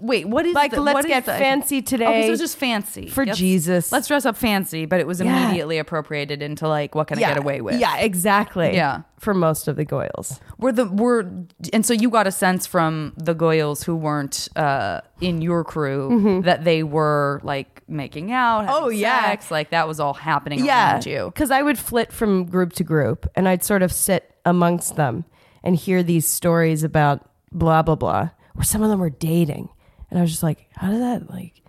wait, what is Like, the- let's what is get the- fancy Okay, so today. it's just fancy for Let's- Jesus. Let's dress up fancy, but it was Yeah. immediately appropriated into like what can I get away with? Yeah, exactly. Yeah. For most of the Goyles. Were the were and so you got a sense from the Goyles who weren't uh, in your crew that they were like making out. having Mm-hmm. Oh, yeah. sex, like that was all happening around you. Because I would flit from group to group and I'd sort of sit amongst them and hear these stories about blah, blah, blah, where some of them were dating. And I was just like, how did that, like,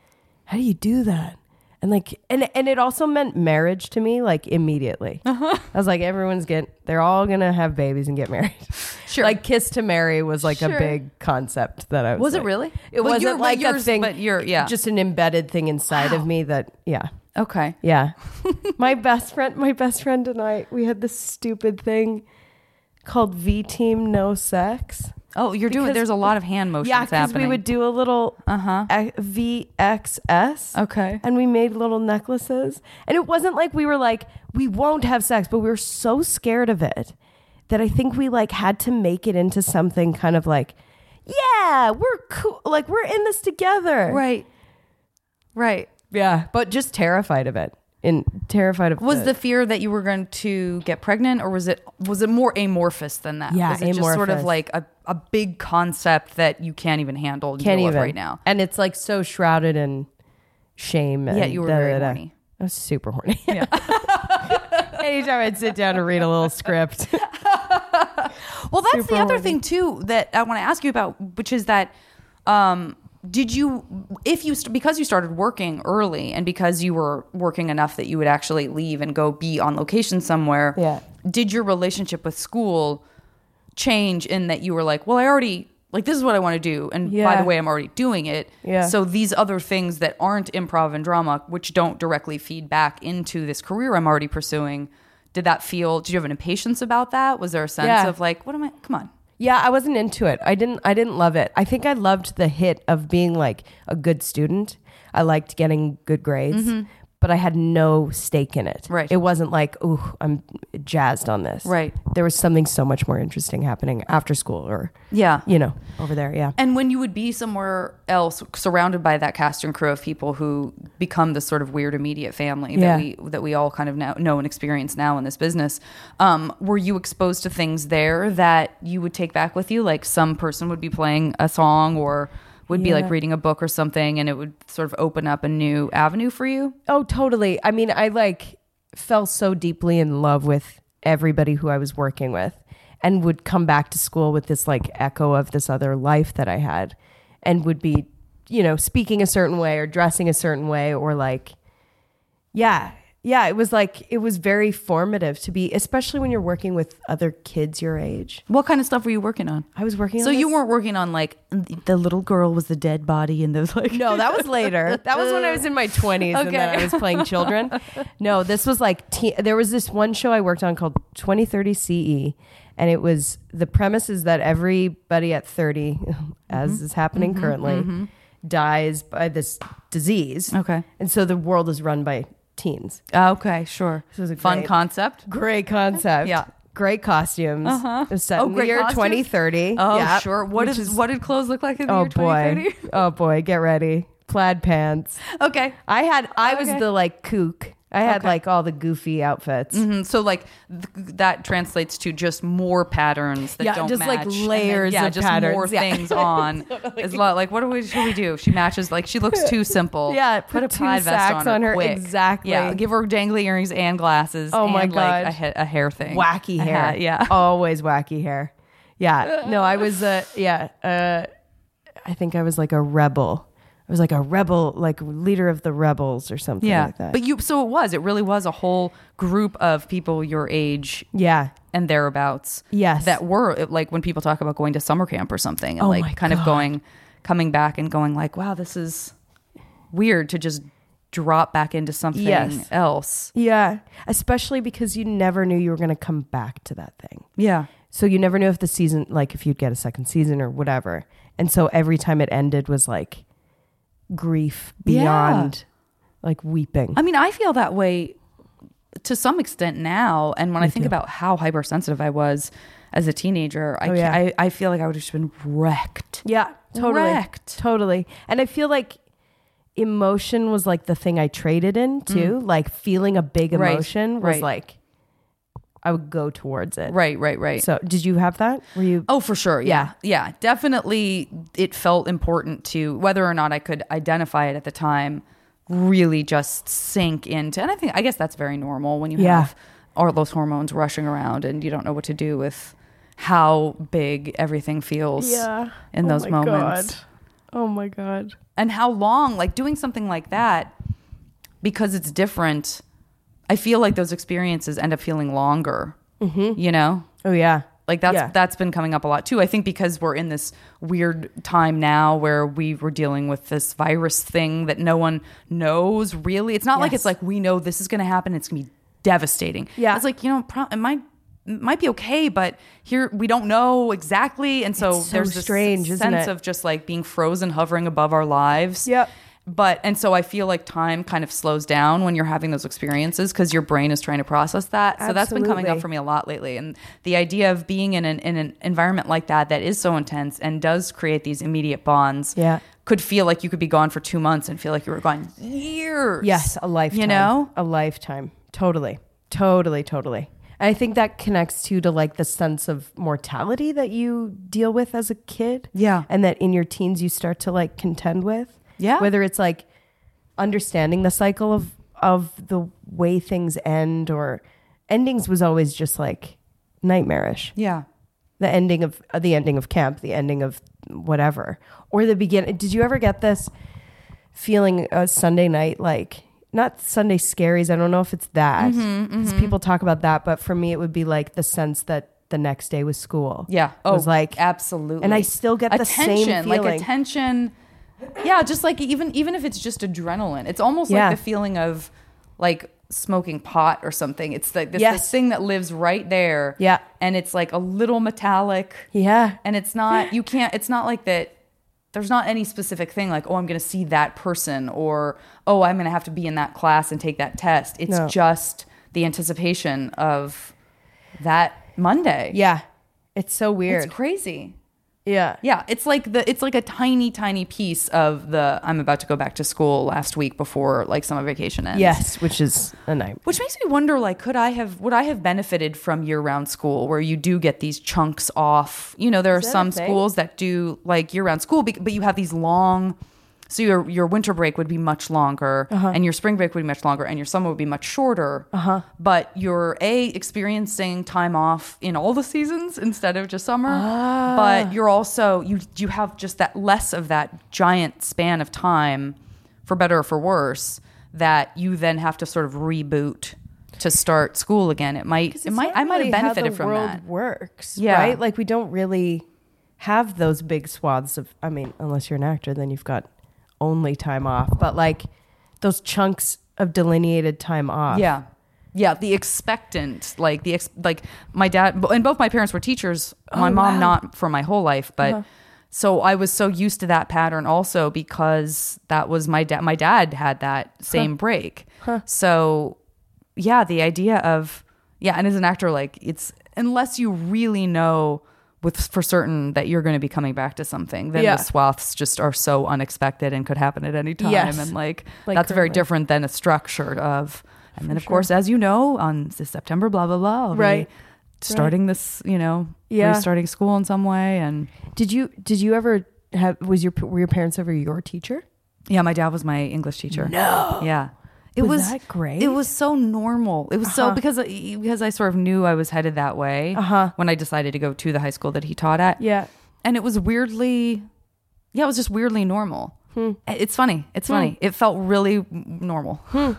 how do you do that? And like, and, and it also meant marriage to me, like immediately. Uh-huh. I was like, everyone's getting, they're all gonna have babies and get married. Sure. Like, kiss to marry was like Sure. a big concept that I was. Was it like- really? It Well, your- wasn't but like a yours- thing, but your- yeah. just an embedded thing inside of me that, yeah. Okay. Yeah. my best friend, my best friend and I, we had this stupid thing called V Team No Sex. Oh, you're doing. Because- There's a lot of hand motions Yeah, because happening. we would do a little Uh-huh. e- VXS. Okay. And we made little necklaces. And it wasn't like we were like, we won't have sex, but we were so scared of it that I think we like had to make it into something kind of like, yeah, we're cool. Like we're in this together. right, right. Yeah. But just terrified of it. And terrified of Was the fear that you were going to get pregnant, or was it was it more amorphous than that? Yeah, was it just sort of amorphous. like a, a big concept that you can't even handle and can't deal with even right now? And it's like so shrouded in shame. Yeah, and you were da- very da- da. horny. I was super horny. Anytime I'd sit down and read a little script. Well, that's Super the other horny. thing too that I want to ask you about, which is that um, did you, if you st- because you started working early and because you were working enough that you would actually leave and go be on location somewhere, Yeah. Did your relationship with school change in that you were like, well, I already like this is what I want to do, and by Yeah. the way, I'm already doing it. Yeah. So these other things that aren't improv and drama, which don't directly feed back into this career I'm already pursuing. Did that feel? Did you have an impatience about that? Was there a sense Yeah. of like, what am I? Come on. Yeah, I wasn't into it. I didn't I didn't love it. I think I loved the hit of being like a good student. I liked getting good grades, but I had no stake in it. Mm-hmm. Right. It wasn't like, ooh, I'm jazzed on this. Right. There was something so much more interesting happening after school or Yeah. you know, over there. Yeah. And when you would be somewhere else, surrounded by that cast and crew of people who become this sort of weird immediate family that Yeah. we that we all kind of now, know and experience now in this business, um, were you exposed to things there that you would take back with you? Like some person would be playing a song or would be like Yeah. reading a book or something, and it would sort of open up a new avenue for you. Oh, totally. I mean, I like fell so deeply in love with everybody who I was working with and would come back to school with this like echo of this other life that I had and would be, you know, speaking a certain way or dressing a certain way or like, yeah. Yeah. It was like, it was very formative to be, especially when you're working with other kids your age. What kind of stuff were you working on? I was working So on you this- weren't working on like the little girl was the dead body and those like No, that was later. That was when I was in my 20s and then Okay. I was playing children. No, this was like teen, there was this one show I worked on called 2030 CE E, and it was the premise is that everybody at 30 as Mm-hmm. is happening currently dies by this disease. Okay. And so the world is run by teens. Okay, sure. This was a fun great- concept. Great concept. Yeah. Great costumes. It was set Oh, in the great year costumes? 2030. Oh, Yeah. sure. What Which is, what did clothes look like in the Oh year 2030? boy. oh boy, get ready. Plaid pants. okay. I had I Okay. was the like kook. I had Okay. like all the goofy outfits. Mhm. So like th- that translates to just more patterns that Yeah, don't just, match. like, and then, layers yeah, of just more patterns. Yeah. things on. It's a lot like what do we should we do? She matches like she looks too simple. Yeah, put, put a two plaid vest sacks on, on her. quick. Exactly. Yeah, give her dangly earrings and glasses. Oh, my and, like, God. a, ha- a hair thing, Wacky A hair. hat, yeah. Always wacky hair. Yeah. No, I was uh yeah, uh I think I was like a rebel. I was like a rebel, like leader of the rebels or something yeah, like that. but you. So it was. It really was a whole group of people your age yeah. and thereabouts. Yes. That were like when people talk about going to summer camp or something and Oh my like kind of God. going, coming back and going like, wow, this is weird to just drop back into something Yes. else. Yeah. Especially because you never knew you were gonna come back to that thing. Yeah. So you never knew if the season, like if you'd get a second season or whatever. And so every time it ended was like grief Yeah. beyond like weeping. I mean, I feel that way to some extent now. And when I think about how hypersensitive I was as a teenager, I, Oh, ca- yeah. I, I feel like I would have just been wrecked. yeah, totally. Wrecked. Totally. And I feel like emotion was like the thing I traded in too. Like feeling a big Mm. Right, emotion was right. like I would go towards it. Right, right, right. So did you have that? Were you Oh, for sure. Yeah. yeah. Definitely it felt important to whether or not I could identify it at the time, really just sink into. And I think, I guess that's very normal when you Yeah. have all those hormones rushing around and you don't know what to do with how big everything feels in those moments Oh my God. and how long like doing something like that because it's different i feel like those experiences end up feeling longer you know Oh yeah. like that's Yeah. that's been coming up a lot too i think because we're in this weird time now where we were dealing with this virus thing that no one knows really it's not like Yes. it's like we know this is going to happen it's going to be devastating Yeah. it's like you know pro- it might might be okay, but here we don't know exactly. And so, so there's this strange, isn't sense it? of just like being frozen, hovering above our lives. Yep. But and so I feel like time kind of slows down when you're having those experiences because your brain is trying to process that. So that's been coming up Absolutely. for me a lot lately. And the idea of being in an in an environment like that that is so intense and does create these immediate bonds. Yeah. Could feel like you could be gone for two months and feel like you were gone years. Yes, a lifetime. You know? a lifetime. Totally, totally, totally. And I think that connects too to like the sense of mortality that you deal with as a kid. Yeah. and that in your teens you start to like contend with. Yeah. whether it's like understanding the cycle of of the way things end or endings was always just like nightmarish Yeah. the ending of uh, the ending of camp, the ending of whatever, or the beginning. Did you ever get this feeling uh, Sunday night like? Not Sunday scaries. I don't know if it's that because Mm-hmm, people talk about that, but for me, it would be like the sense that the next day was school. Yeah. oh, was like absolutely. and I still get the same Attention, feeling. Like attention. Yeah, just like even even if it's just adrenaline, it's almost Yeah. like the feeling of like smoking pot or something. It's like this, Yes. this thing that lives right there. Yeah. and it's like a little metallic, yeah, and it's not you can't. It's not like that. There's not any specific thing like, oh, I'm going to see that person, or oh, I'm going to have to be in that class and take that test. It's No. just the anticipation of that Monday. yeah. It's so weird. it's crazy. yeah, Yeah, it's like the it's like a tiny tiny piece of the I'm about to go back to school last week before like summer vacation ends. yes, which is a night. Which makes me wonder like could I have would I have benefited from year-round school where you do get these chunks off. You know, there are that a some thing? schools that do like year-round school bec- but you have these long so your your winter break would be much longer and your spring break would be much longer and your summer would be much shorter. Uh-huh. But you're a experiencing time off in all the seasons instead of just summer. But you're also you you have just that less of that giant span of time for better or for worse that you then have to sort of reboot to start school again. It might it might I might have benefited from world that. Works, Yeah. right? Like we don't really have those big swaths of. I mean, unless you're an actor, then you've got only time off. But like those chunks of delineated time off. Yeah. Yeah, the expectant, like the ex- like my dad and both my parents were teachers. my mom not for my whole life, but so I was so used to that pattern also because that was my dad. My dad had that same break. So yeah, the idea of yeah, and as an actor, like it's unless you really know with for certain that you're going to be coming back to something, then Yeah. the swaths just are so unexpected and could happen at any time. Yes. And like, Like that's very different currently. different than a structure of and then of course as you know on this september blah blah blah I'll be Right. starting this you know Yeah. restarting school in some way and Did you did you ever have was your were your parents ever your teacher? yeah my dad was my english teacher no yeah it Was was, that great? It was so normal. It was so because because I sort of knew I was headed that way Uh-huh. when I decided to go to the high school that he taught at. Yeah. and it was weirdly yeah it was just weirdly normal Hmm. it's funny it's funny it felt really m- normal Hmm.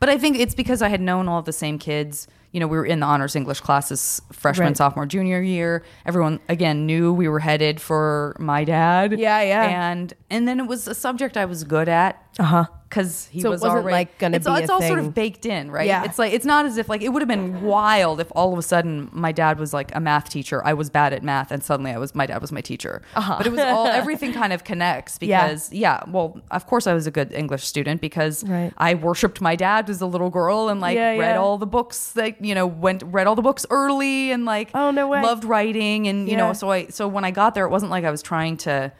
but i think it's because i had known all the same kids you know we were in the honors english classes freshman Right. sophomore junior year everyone again knew we were headed for my dad Yeah, yeah. and and then it was a subject i was good at Uh-huh. because he So it was wasn't, already like, gonna it's, be all- a it's all sort thing. of baked in right Yeah. it's like it's not as if like it would have been wild if all of a sudden my dad was like a math teacher i was bad at math and suddenly i was my dad was my teacher but it was all everything kind of connects Uh-huh. Yeah. because yeah. well of course i was a good english student because Right. i worshipped my dad as a little girl and like Yeah, read yeah. all the books like you know went read all the books early and like Oh, no way. loved writing and you Yeah. know so I so when I got there, it wasn't like I was trying to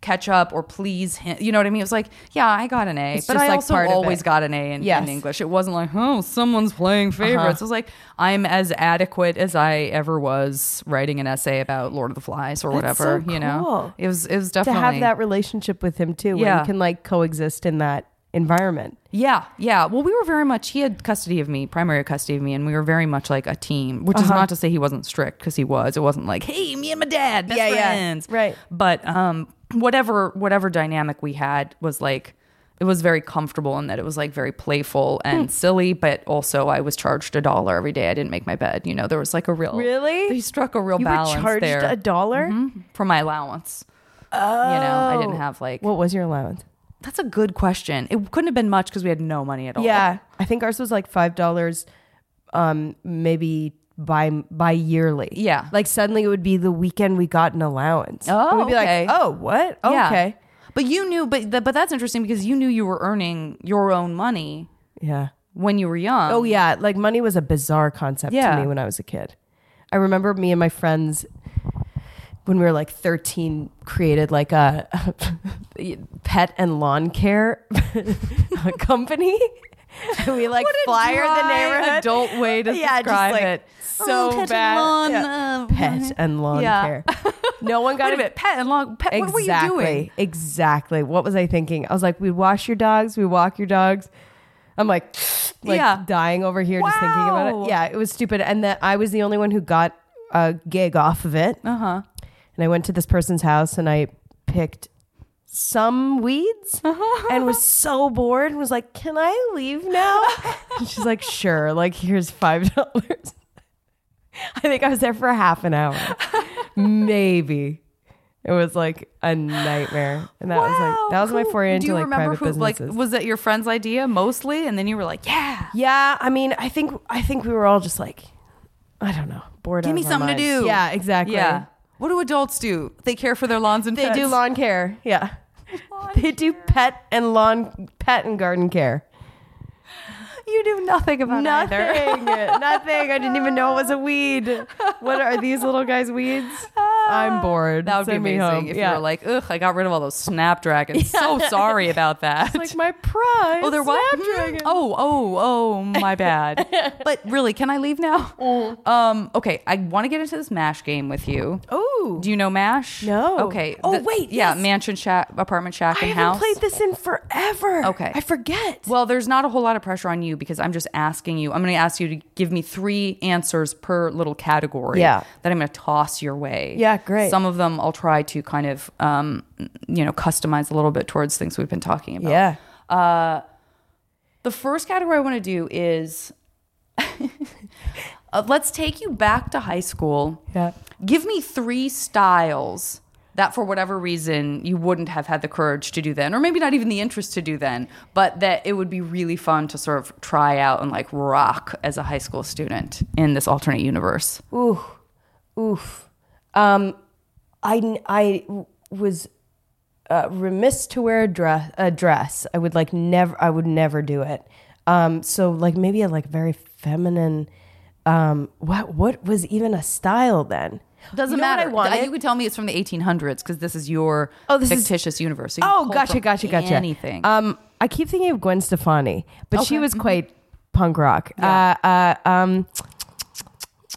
catch up or please him. You know what I mean? It was like, yeah, I got an A, It's but just, I like, also part of always it. got an A in, Yes. Uh-huh. in English. It wasn't like, oh, someone's playing favorites. It was like I'm as adequate as I ever was writing an essay about Lord of the Flies or That's whatever. so You cool. know, it was it was To definitely have that relationship with him too, where you Yeah. can like coexist in that environment. Yeah, yeah. Well, we were very much. He had custody of me, primary custody of me, and we were very much like a team. Which is Uh-huh. not to say he wasn't strict, because he was. It wasn't like, hey, me and my dad, best Yeah, yeah. friends, Right. But um, whatever, whatever dynamic we had was like, it was very comfortable in that it was like very playful Hmm. and silly, but also I was charged a dollar every day. I didn't make my bed. You know, there was like a real Really? He struck a real You were balance charged there Mm-hmm. Hmm? a dollar. for my allowance. Oh, you know, I didn't have like. What was your allowance? that's a good question. It couldn't have been much because we had no money at all. I think ours was like five dollars, um, maybe by by yearly. Yeah. Like suddenly it would be the weekend we got an allowance. Oh, And we'd be okay. like, oh, what? Oh, Yeah. Okay. But you knew, but th- but that's interesting because you knew you were earning your own money Yeah. when you were young. Oh yeah, like money was a bizarre concept Um, Yeah. to me when I was a kid. I remember me and my friends when we were like 13 created like a, pet and lawn care company. And we like flyer the neighborhood. Adult way to yeah, describe just like it. so Oh, pet and bad. lawn, Yeah. uh, Pet and lawn Yeah. care. No one got Wait a minute, pet and long pet. Exactly. What were you doing? Exactly. What was I thinking? I was like, we wash your dogs, we walk your dogs. I'm like, like Yeah. dying over here just thinking about Wow. it. Yeah, it was stupid. And that I was the only one who got a gig off of Oh. it. Uh Uh-huh. huh. And I went to this person's house and I picked some weeds and was so bored and was like, can I leave now? and she's like, sure. Like, here's $5. I think I was there for half an hour. Maybe. It was like a nightmare. And that was like that was my cool. foray Do into you like remember private who? businesses. Like, was that your friend's idea mostly? And then you were like, "Yeah, yeah, I mean, I think I think we were all just like I don't know, bored. Give out me of our something to minds. do. Yeah, exactly. yeah." What do adults do? They care for their lawns and They pets. do lawn care. Yeah. they do pet and lawn pet and garden care. You do nothing about Nothing. either. Nothing. I didn't even know it was a weed. What are these little guys weeds? I'm bored. Ah, That would Send be me home. amazing if yeah. you were like, "Ugh, I got rid of all those snapdragons. So sorry about that." like my pride. oh, they're what? Snapdragon. Hmm. Oh, oh, oh, my bad. but really, can I leave now? Um, okay, I want to get into this Mash game with you. Mm. Oh, Do you know Mash? No. Okay. Oh, The- wait, Yeah, yes. mansion, shack, apartment, shack, I and haven't house. played this in forever. Okay. I forget. Well, there's not a whole lot of pressure on you because I'm just asking you. I'm going to ask you to give me three answers per little category. Yeah. That I'm going to toss your way. Yeah, great. Some of them I'll try to kind of, um, you know, customize a little bit towards things we've been talking about. yeah. The first category I want to do is uh, let's take you back to high school. Yeah. Give me three styles that, for whatever reason, you wouldn't have had the courage to do then, or maybe not even the interest to do then, but that it would be really fun to sort of try out and like rock as a high school student in this alternate universe. Oof. Um, I I w- was uh, remiss to wear a dress. A dress. I would like never. I would never do it. Um, so like maybe a like very feminine. Um, what what was even a style then? Doesn't You know what matter. I wanted? You could tell me it's from the 1800s because this is your Oh, this is- fictitious universe. So you Oh, pull gotcha, from gotcha, gotcha. Anything. Um, I keep thinking of Gwen Stefani, but she Mm-hmm. was quite punk rock. Uh, uh, um,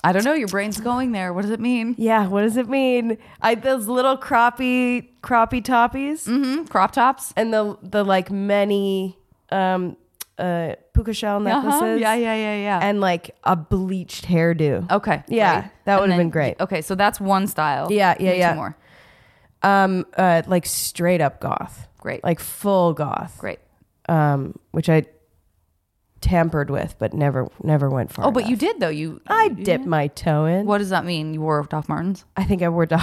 I don't know. Your brain's going there. What does it mean? yeah. What does it mean? I those little croppy croppy toppies Hmm? Crop tops? and the the like many um uh puka shell necklaces. Uh-huh. Yeah, Oh. yeah, yeah, yeah. And like a bleached hairdo. Okay. Yeah, great. that And would've then- been great. Okay, so that's one style. Yeah, yeah, Give me yeah. Two more. Um, uh, like straight up goth. Great. Like full goth. Great. Um, which I tampered with, but never never went far. Oh, but enough. you did though. You. I dipped my toe in. What does that mean? You wore Doc Martens. I think I wore dog.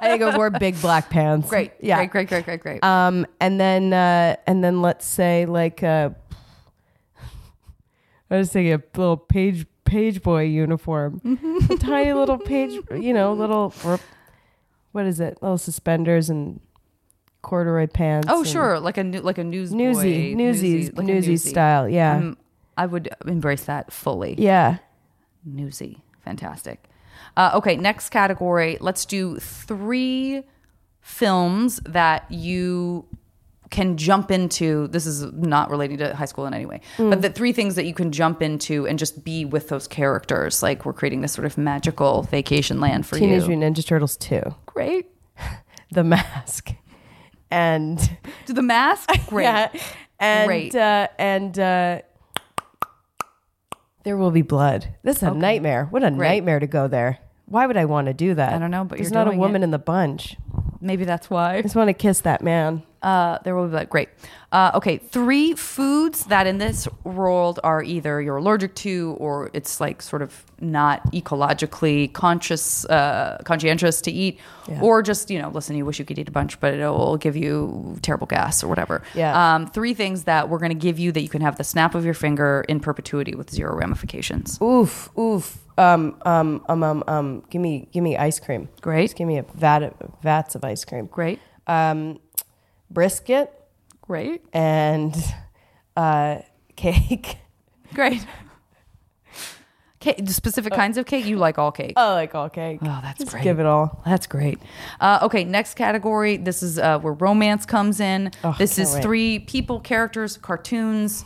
I think I wore big black pants. Great. Yeah. Great. Great. Great. Great. Great. Um, and then uh, and then let's say like uh, I was thinking a little page page boy uniform, Mm-hmm. a tiny little page, you know, little what is it? Little suspenders and corduroy pants. oh, and sure. Like a new, like a newsboy. newsy, newsies, like a newsy newsie. style. Yeah, Um, I would embrace that fully. yeah. Newsy. Fantastic. Uh, okay. Next category. Let's do three films that you can jump into this is not relating to high school in any way Mm. but the three things that you can jump into and just be with those characters like we're creating this sort of magical vacation land for Teenage you Mutant Ninja Turtles two, great The Mask, and do the mask great yeah, and Great. Uh, and uh, there will be blood. This is a nightmare. What a nightmare to go there. Why would I want to do that? I don't know, but there's you're not a doing woman in the bunch. I maybe that's why just want to kiss that man. Uh, there will be blood. Great. Uh, okay, three foods that in this world are either you're allergic to or it's like sort of not ecologically conscious, uh, conscientious to eat, or just you know, listen, you wish you could eat a bunch, but it'll give you terrible gas or whatever. Yeah. Um, three things that we're going to give you that you can have the snap of your finger in perpetuity with zero ramifications. Oof, oof. Um, um, um, um, um. Give me, give me ice cream. Great. Just give me a vat, of, vats of ice cream. Great. Um, brisket Great. and uh, cake. Great. Cake, specific kinds of cake. You like all cake. I like all cake. Oh, that's Uh, Just great. Give it all. That's great. Uh, okay, next category. This is uh, where romance comes in. Oh, this can't is wait. three people, characters, cartoons,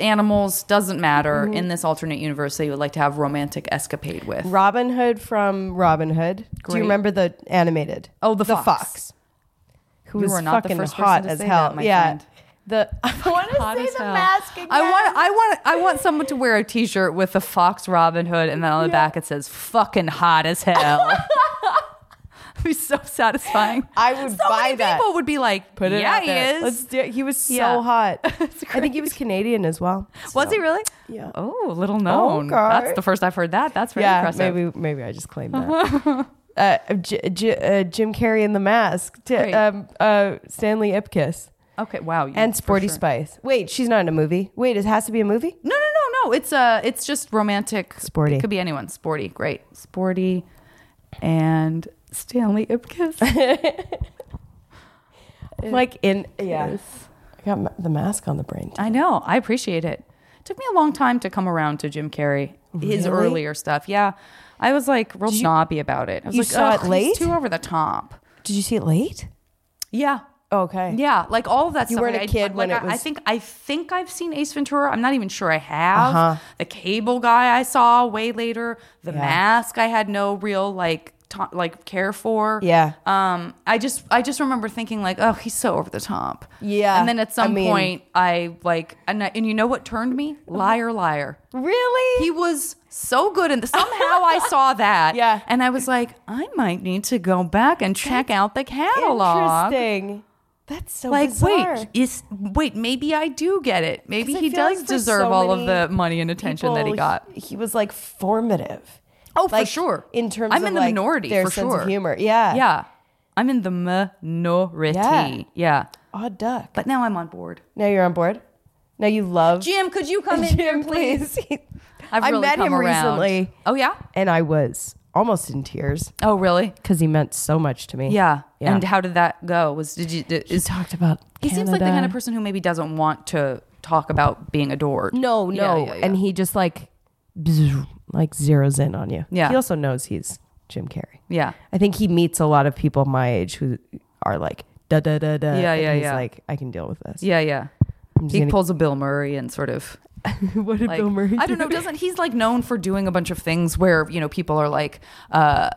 animals. Doesn't matter. Mm-hmm. In this alternate universe, that you would like to have romantic escapade with. Robin Hood from Robin Hood. Do Great. you remember the animated? Oh, the fox. fox. Who You was are not the fucking first person hot to as say hell. that, my yeah. friend. The I want to Hot say as the hell. mask again. I want, I want, I want someone to wear a T-shirt with the fox Robin Hood, and then on the back it says "fucking hot as hell." It'd be so satisfying. I would so buy many that. People would be like, Put it "Yeah, out there. he is." Let's do it. He was so Yeah. hot. I think he was Canadian as well. Was So, he really? Yeah. Oh, little known. Okay. That's the first I've heard that. That's very yeah, impressive. maybe maybe I just claimed that. uh, J- J- uh, Jim Carrey in the mask. T- Great. um, uh, Stanley Ipkiss Okay. Wow. you- and for Sporty sure. Spice. Wait, she's not in a movie. Wait, it has to be a movie. No, no, no, no. It's uh, it's just romantic. Sporty. It could be anyone. Sporty. Great. Sporty, and Stanley Ipkiss. Like in yeah. I got ma- the mask on the brain. I know. I appreciate it. Took me a long time to come around to Jim Carrey, his Really? earlier stuff. Yeah, I was like real snobby about it. I was you like, saw it "Ugh, he's late?" too over the top. Did you see it late? Yeah, Okay. yeah, like all of that. You stuff. weren't Like, a I- kid when like, it I- I was- think I think I've seen Ace Ventura. I'm not even sure I have. Uh-huh. The Cable Guy I saw way later. The Yeah. Mask I had no real like to like care for. Yeah. Um. I just I just remember thinking like, oh, he's so over the top. Yeah, And then at I some mean- point, I like and I, and you know what turned me? Liar, liar. Really? He was so good, and somehow I saw that. Yeah. And I was like, I might need to go back and check out the catalog Interesting. That's so like bizarre. wait is wait maybe i do get it maybe 'Cause I he feel does like for deserve so all of many the money and attention that he people, got He, he was like formative. Oh, for Like, sure. In terms, I'm of in the like, minority, Their for sense sure. of humor. Yeah. yeah i'm in the minority Yeah. yeah, Odd duck. but now i'm on board Now you're on board. Now you love jim could you come in here please i've I really met come him around. recently. oh yeah and I was almost in tears oh really because he meant so much to me. yeah. Yeah. and how did that go was did you did, is talked about. he seems like the kind of person who maybe doesn't want to talk about being adored No, Yeah, no. yeah, yeah. And he just like, bzz, like zeroes in on you. Yeah. He also knows he's Jim Carrey. yeah I think he meets a lot of people my age who are like da da da da. Yeah, and yeah, he's yeah. Like I can deal with this. yeah yeah I'm just he gonna- pulls a bill murray and sort of what did like Bill Murray? I don't know. do? Doesn't he's like known for doing a bunch of things where you know people are like. uh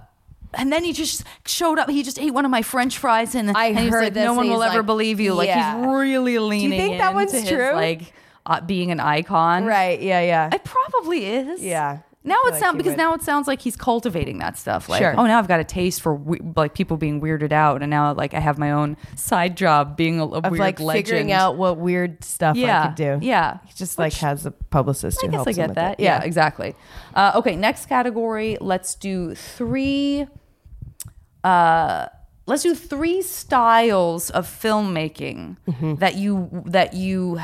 and then he just showed up. He just ate one of my French fries, and I and he was heard like, this, "No and one he's will ever like, believe you." Like yeah. he's really leaning. think that into one's his, true? like uh, being an icon, Right. Yeah. Yeah. It probably is. Yeah. Now I feel it like sounds he because would. now it sounds like he's cultivating that stuff. Like, Sure. oh, now I've got a taste for we- like people being weirded out, and now like I have my own side job being a, a of weird like legend. figuring out what weird stuff I Yeah. could do. Yeah. He just like has a publicist who I guess helps I him get with that. it. Yeah, exactly. Uh, okay, next category. Let's do three. Uh, let's do three styles of filmmaking Mm-hmm. that you that you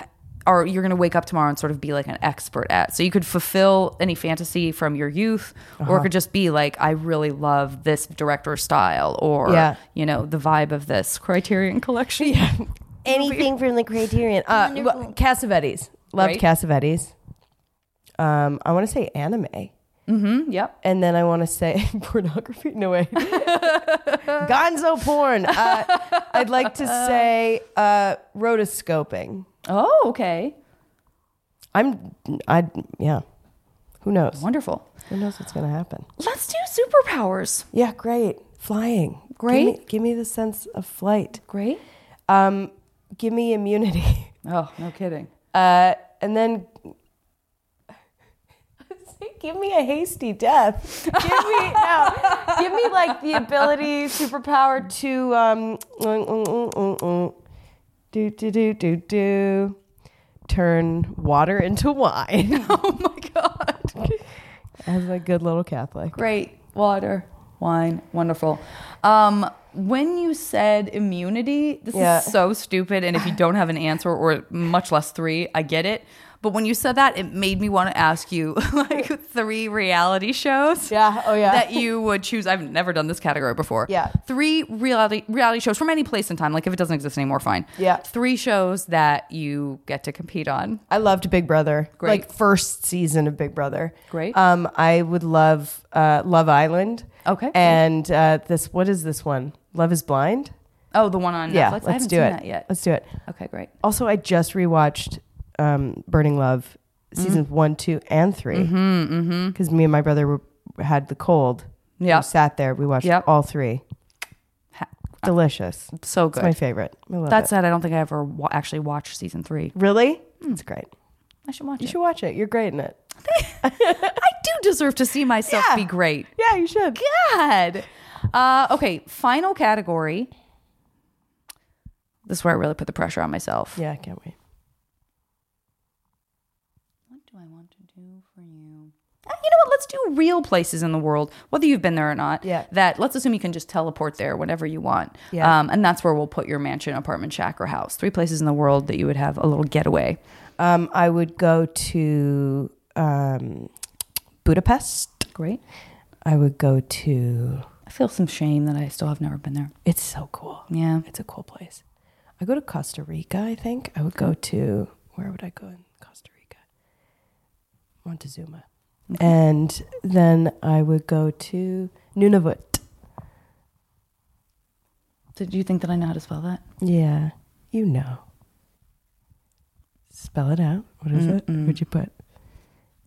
are you're going to wake up tomorrow and sort of be like an expert at. So you could fulfill any fantasy from your youth, or Uh-huh. it could just be like, I really love this director style, or Yeah. you know, the vibe of this Criterion Collection. Anything from the Criterion. Uh, well, Cassavetes. Right. Loved Cassavetes. Um, I want to say anime, Mm, yep. and then I want to say pornography. No way. Gonzo porn. Uh, I'd like to say uh, rotoscoping. Oh, okay. I'm. I yeah. Who knows? Wonderful. Who knows what's gonna happen? Let's do superpowers. Yeah, great. Flying. Give me, Great. give me the sense of flight. Great. Um, give me immunity. Oh, no kidding. Uh, and then give me a hasty death. Give me no, give me like the ability, superpower to um, do do do do do turn water into wine Oh my God. as a good little Catholic. Great. Water, wine, wonderful. Um, when you said immunity, this Yeah. is so stupid. And if you don't have an answer, or much less three, I get it. But when you said that, it made me want to ask you like three reality shows. Yeah. Oh yeah. that you would choose. I've never done this category before. Yeah. Three reality reality shows from any place in time. Like if it doesn't exist anymore, fine. Yeah. Three shows that you get to compete on. I loved Big Brother. Great. Like first season of Big Brother. Great. Um, I would love uh, Love Island. Okay. And uh, this, what is this one? Love is Blind. Oh, the one on yeah. Netflix. Let's I haven't do seen it. that yet. Let's do it. Okay, great. Also, I just rewatched um, Burning Love seasons one, two, and 3 Because me and my brother were, had the cold. Yeah. We sat there. We watched Yep. all three. Ha- Delicious. So It's good. my favorite. I love that That's said, I don't think I ever wa- actually watched season three. really. It's great. I should watch You it. should watch it. You're great in it. I do deserve to see myself Yeah. be great. Yeah, you should. God. Uh, okay, final category. This is where I really put the pressure on myself. Yeah, I can't wait. What do I want to do for you? Uh, You know what? Let's do real places in the world, whether you've been there or not. Yeah. That let's assume you can just teleport there whenever you want. Yeah. Um, and that's where we'll put your mansion, apartment, shack, or house. Three places in the world that you would have a little getaway. Um, I would go to um, Budapest. Great. I would go to. I feel some shame that I still have never been there. It's so cool. Yeah. It's a cool place. I go to Costa Rica. I think I would go to where would I go in Costa Rica? Montezuma, and then I would go to Nunavut. Did you think that I know how to spell that? Yeah, you know. Spell it out. What is it? What'd you put?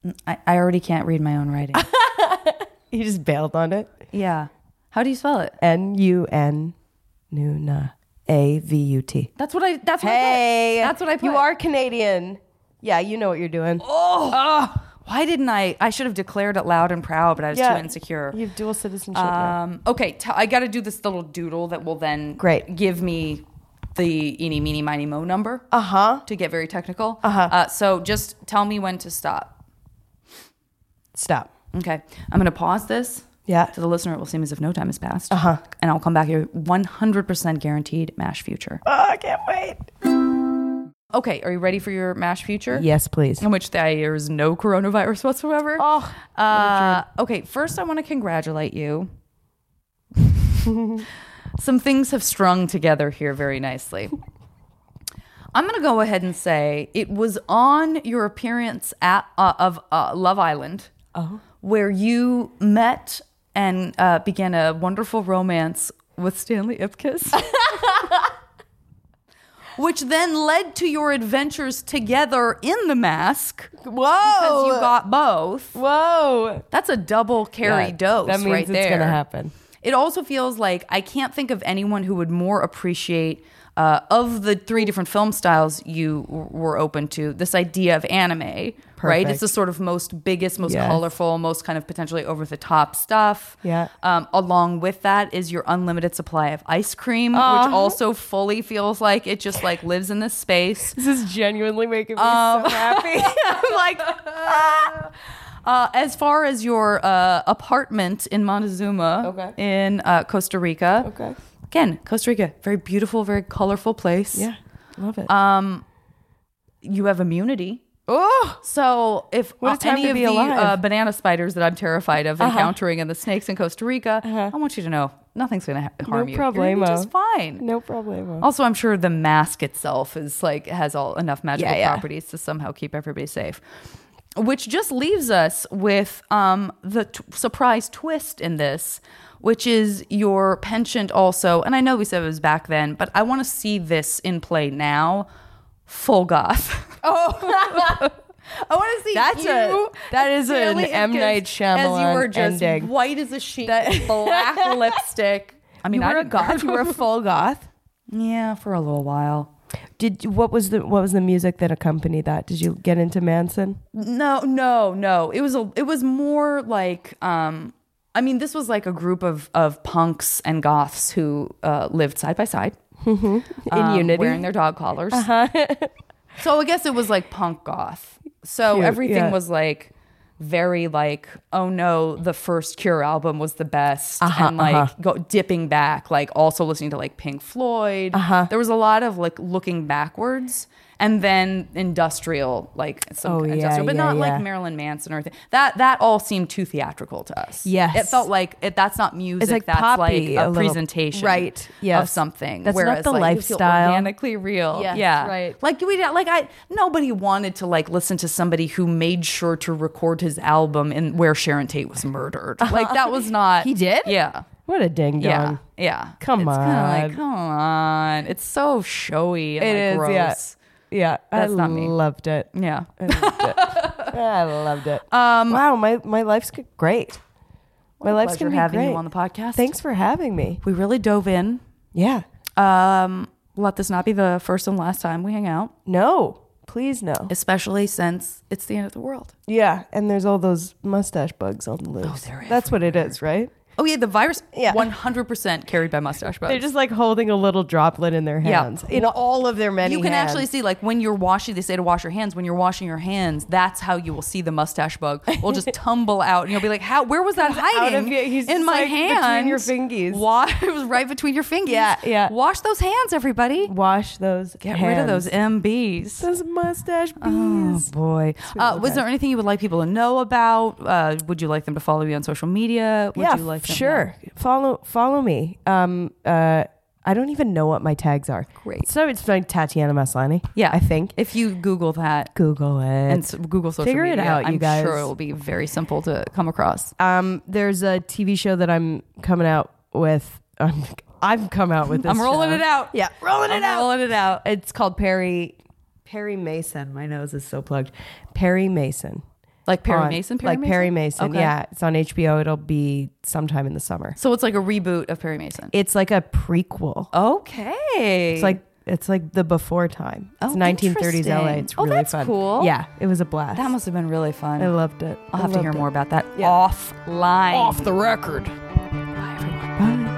Mm, I, I already can't read my own writing. You just bailed on it. yeah. How do you spell it? N U N Nuna A V U T. That's what I. That's what Hey, I put. That's what I put. You are Canadian. Yeah, you know what you're doing. Oh. Ah. why didn't I? I should have declared it loud and proud, but I was Yeah. too insecure. You have dual citizenship. now. Um, okay, t- I got to do this little doodle that will then Great. give me the eeny, meeny, miny, mo number. Uh huh. to get very technical. Uh-huh. So just tell me when to stop. Stop. Okay, I'm going to pause this. Yeah. To the listener, it will seem as if no time has passed. Uh huh. And I'll come back here 100% guaranteed MASH future. Oh, I can't wait. Okay, are you ready for your MASH future? Yes, please. In which there is no coronavirus whatsoever. Oh, Uh, okay, first I want to congratulate you. Some things have strung together here very nicely. I'm going to go ahead and say it was on your appearance at uh, of uh, Love Island where you met and uh, began a wonderful romance with Stanley Ipkiss. Which then led to your adventures together in the mask whoa. because you Oh. got both. whoa. That's a double carry dose That means right it's there. gonna happen. It also feels like I can't think of anyone who would more appreciate uh, of the three different film styles you w- were open to this idea of anime, right? Perfect. It's the sort of most biggest, most Yes. colorful, most kind of potentially over the top stuff. Yeah. Um, along with that is your unlimited supply of ice cream, which Uh-huh. also fully feels like it just like lives in this space. This is genuinely making me so happy. I'm like, ah. Uh, as far as your uh, apartment in Montezuma Okay. in uh, Costa Rica. Okay. Again, Costa Rica, very beautiful, very colorful place. yeah. Love it. You have immunity. oh, So if What a uh, time any to of be the alive. Uh-huh. uh, banana spiders that I'm terrified of encountering and the snakes in Costa Rica, I want you to know nothing's going to ha- harm you. You're gonna be problemo. just fine. no problemo. Also, I'm sure the mask itself is like has all enough magical Yeah, yeah. properties to somehow keep everybody safe. Which just leaves us with um, the t- surprise twist in this, which is your penchant also. And I know we said it was back then, but I want to see this in play now. Full goth. Oh, I want to see That's you. a- that is an Stanley M. Ipkiss Night as you Shyamalan were just ending. white as a sheet, black lipstick. I mean, you I were a didn't- goth. You were a full goth. yeah, for a little while. Did what was the what was the music that accompanied that? Did you get into Manson? No, no, no. It was a it was more like um I mean, this was like a group of of punks and goths who uh, lived side by side. In um, unity. Uh-huh. wearing their dog collars. so I guess it was like punk goth. So Cute, everything yeah. was like very like oh no the first cure album was the best Uh-huh, and like uh-huh. go, dipping back like also listening to like pink floyd uh-huh. there was a lot of like looking backwards and then industrial like some Oh, yeah, industrial but yeah, not yeah. like marilyn manson or anything that that all seemed too theatrical to us Yes. it felt like it, that's not music like that's poppy like a, a little- presentation Right, of yes. something That's not whereas the like, you feel lifestyle. organically real Yes, yeah right. like we don't- like I nobody wanted to like listen to somebody who made sure to record his album in where Sharon Tate was murdered. Like that was not Uh-huh. He did? Yeah. What a ding dong. Yeah. Yeah. Come it's Kinda on. like, come on. It's so showy and like, It is, gross. yeah. Yeah, That's I not me. loved it. Yeah. I loved it. I loved it. Um, wow, my, my life's g- great. My life's pleasure gonna be having great. you on the podcast. Thanks for having me. We really dove in. Yeah. Um, let this not be the first and last time we hang out, No, please no. especially since it's the end of the world. Yeah, and there's all those mustache bugs on the loose. Oh, they're That's what it is, right? Oh yeah, the virus Yeah. 100% carried by mustache bugs. They're just like holding a little droplet in their Yeah. hands. In all of their many you can hands. actually see like when you're washing they say to wash your hands when you're washing your hands that's how you will see the mustache bug will just tumble out and you'll be like how where was that out hiding of your- he's in just, my like, between hand your fingies. Wa- it was right between your fingers Yeah, yeah. wash those hands everybody wash those. get rid of those Oh, mbs Those mustache bees. boy uh, was there anything you would like people to know about uh, would you like them to follow you on social media would yeah, you like them- sure. Follow follow me. Um, uh, I don't even know what my tags are. Great. So it's like Tatiana Maslany. yeah I think. if you google that Google it. and s- Google social Figure it media. out, you I'm guys. sure it will be very simple to come across. um, there's a TV show that I'm coming out with. I'm, I've come out with this. I'm rolling show. it out. Yeah, rolling it I'm out. rolling it out. It's called Perry Perry Mason. My nose is so plugged. Perry Mason. Like Perry On- Mason, like Perry Mason. Okay. Yeah, it's on HBO. It'll be sometime in the summer. So it's like a reboot of Perry Mason. It's like a prequel. Okay. It's like it's like the before time. It's Oh, 1930s LA. It's interesting. Oh, really that's fun. cool. Yeah, it was a blast. that must have been really fun. I loved it. I'll have to hear more about that Yeah. offline. Off the record. Bye, everyone. Bye.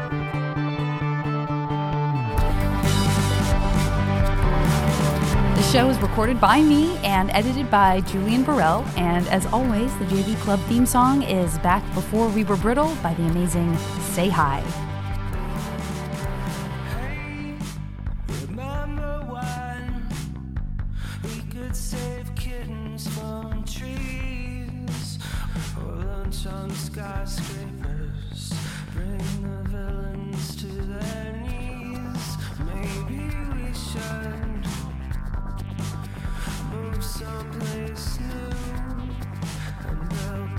The show is recorded by me and edited by Julian Burrell. And as always, the JV Club theme song is Back Before We Were Brittle by the amazing Say Hi. Remember when we could save kittens from trees or lunch on skyscrapers? Bring the villains to their knees. Maybe we should move someplace new and build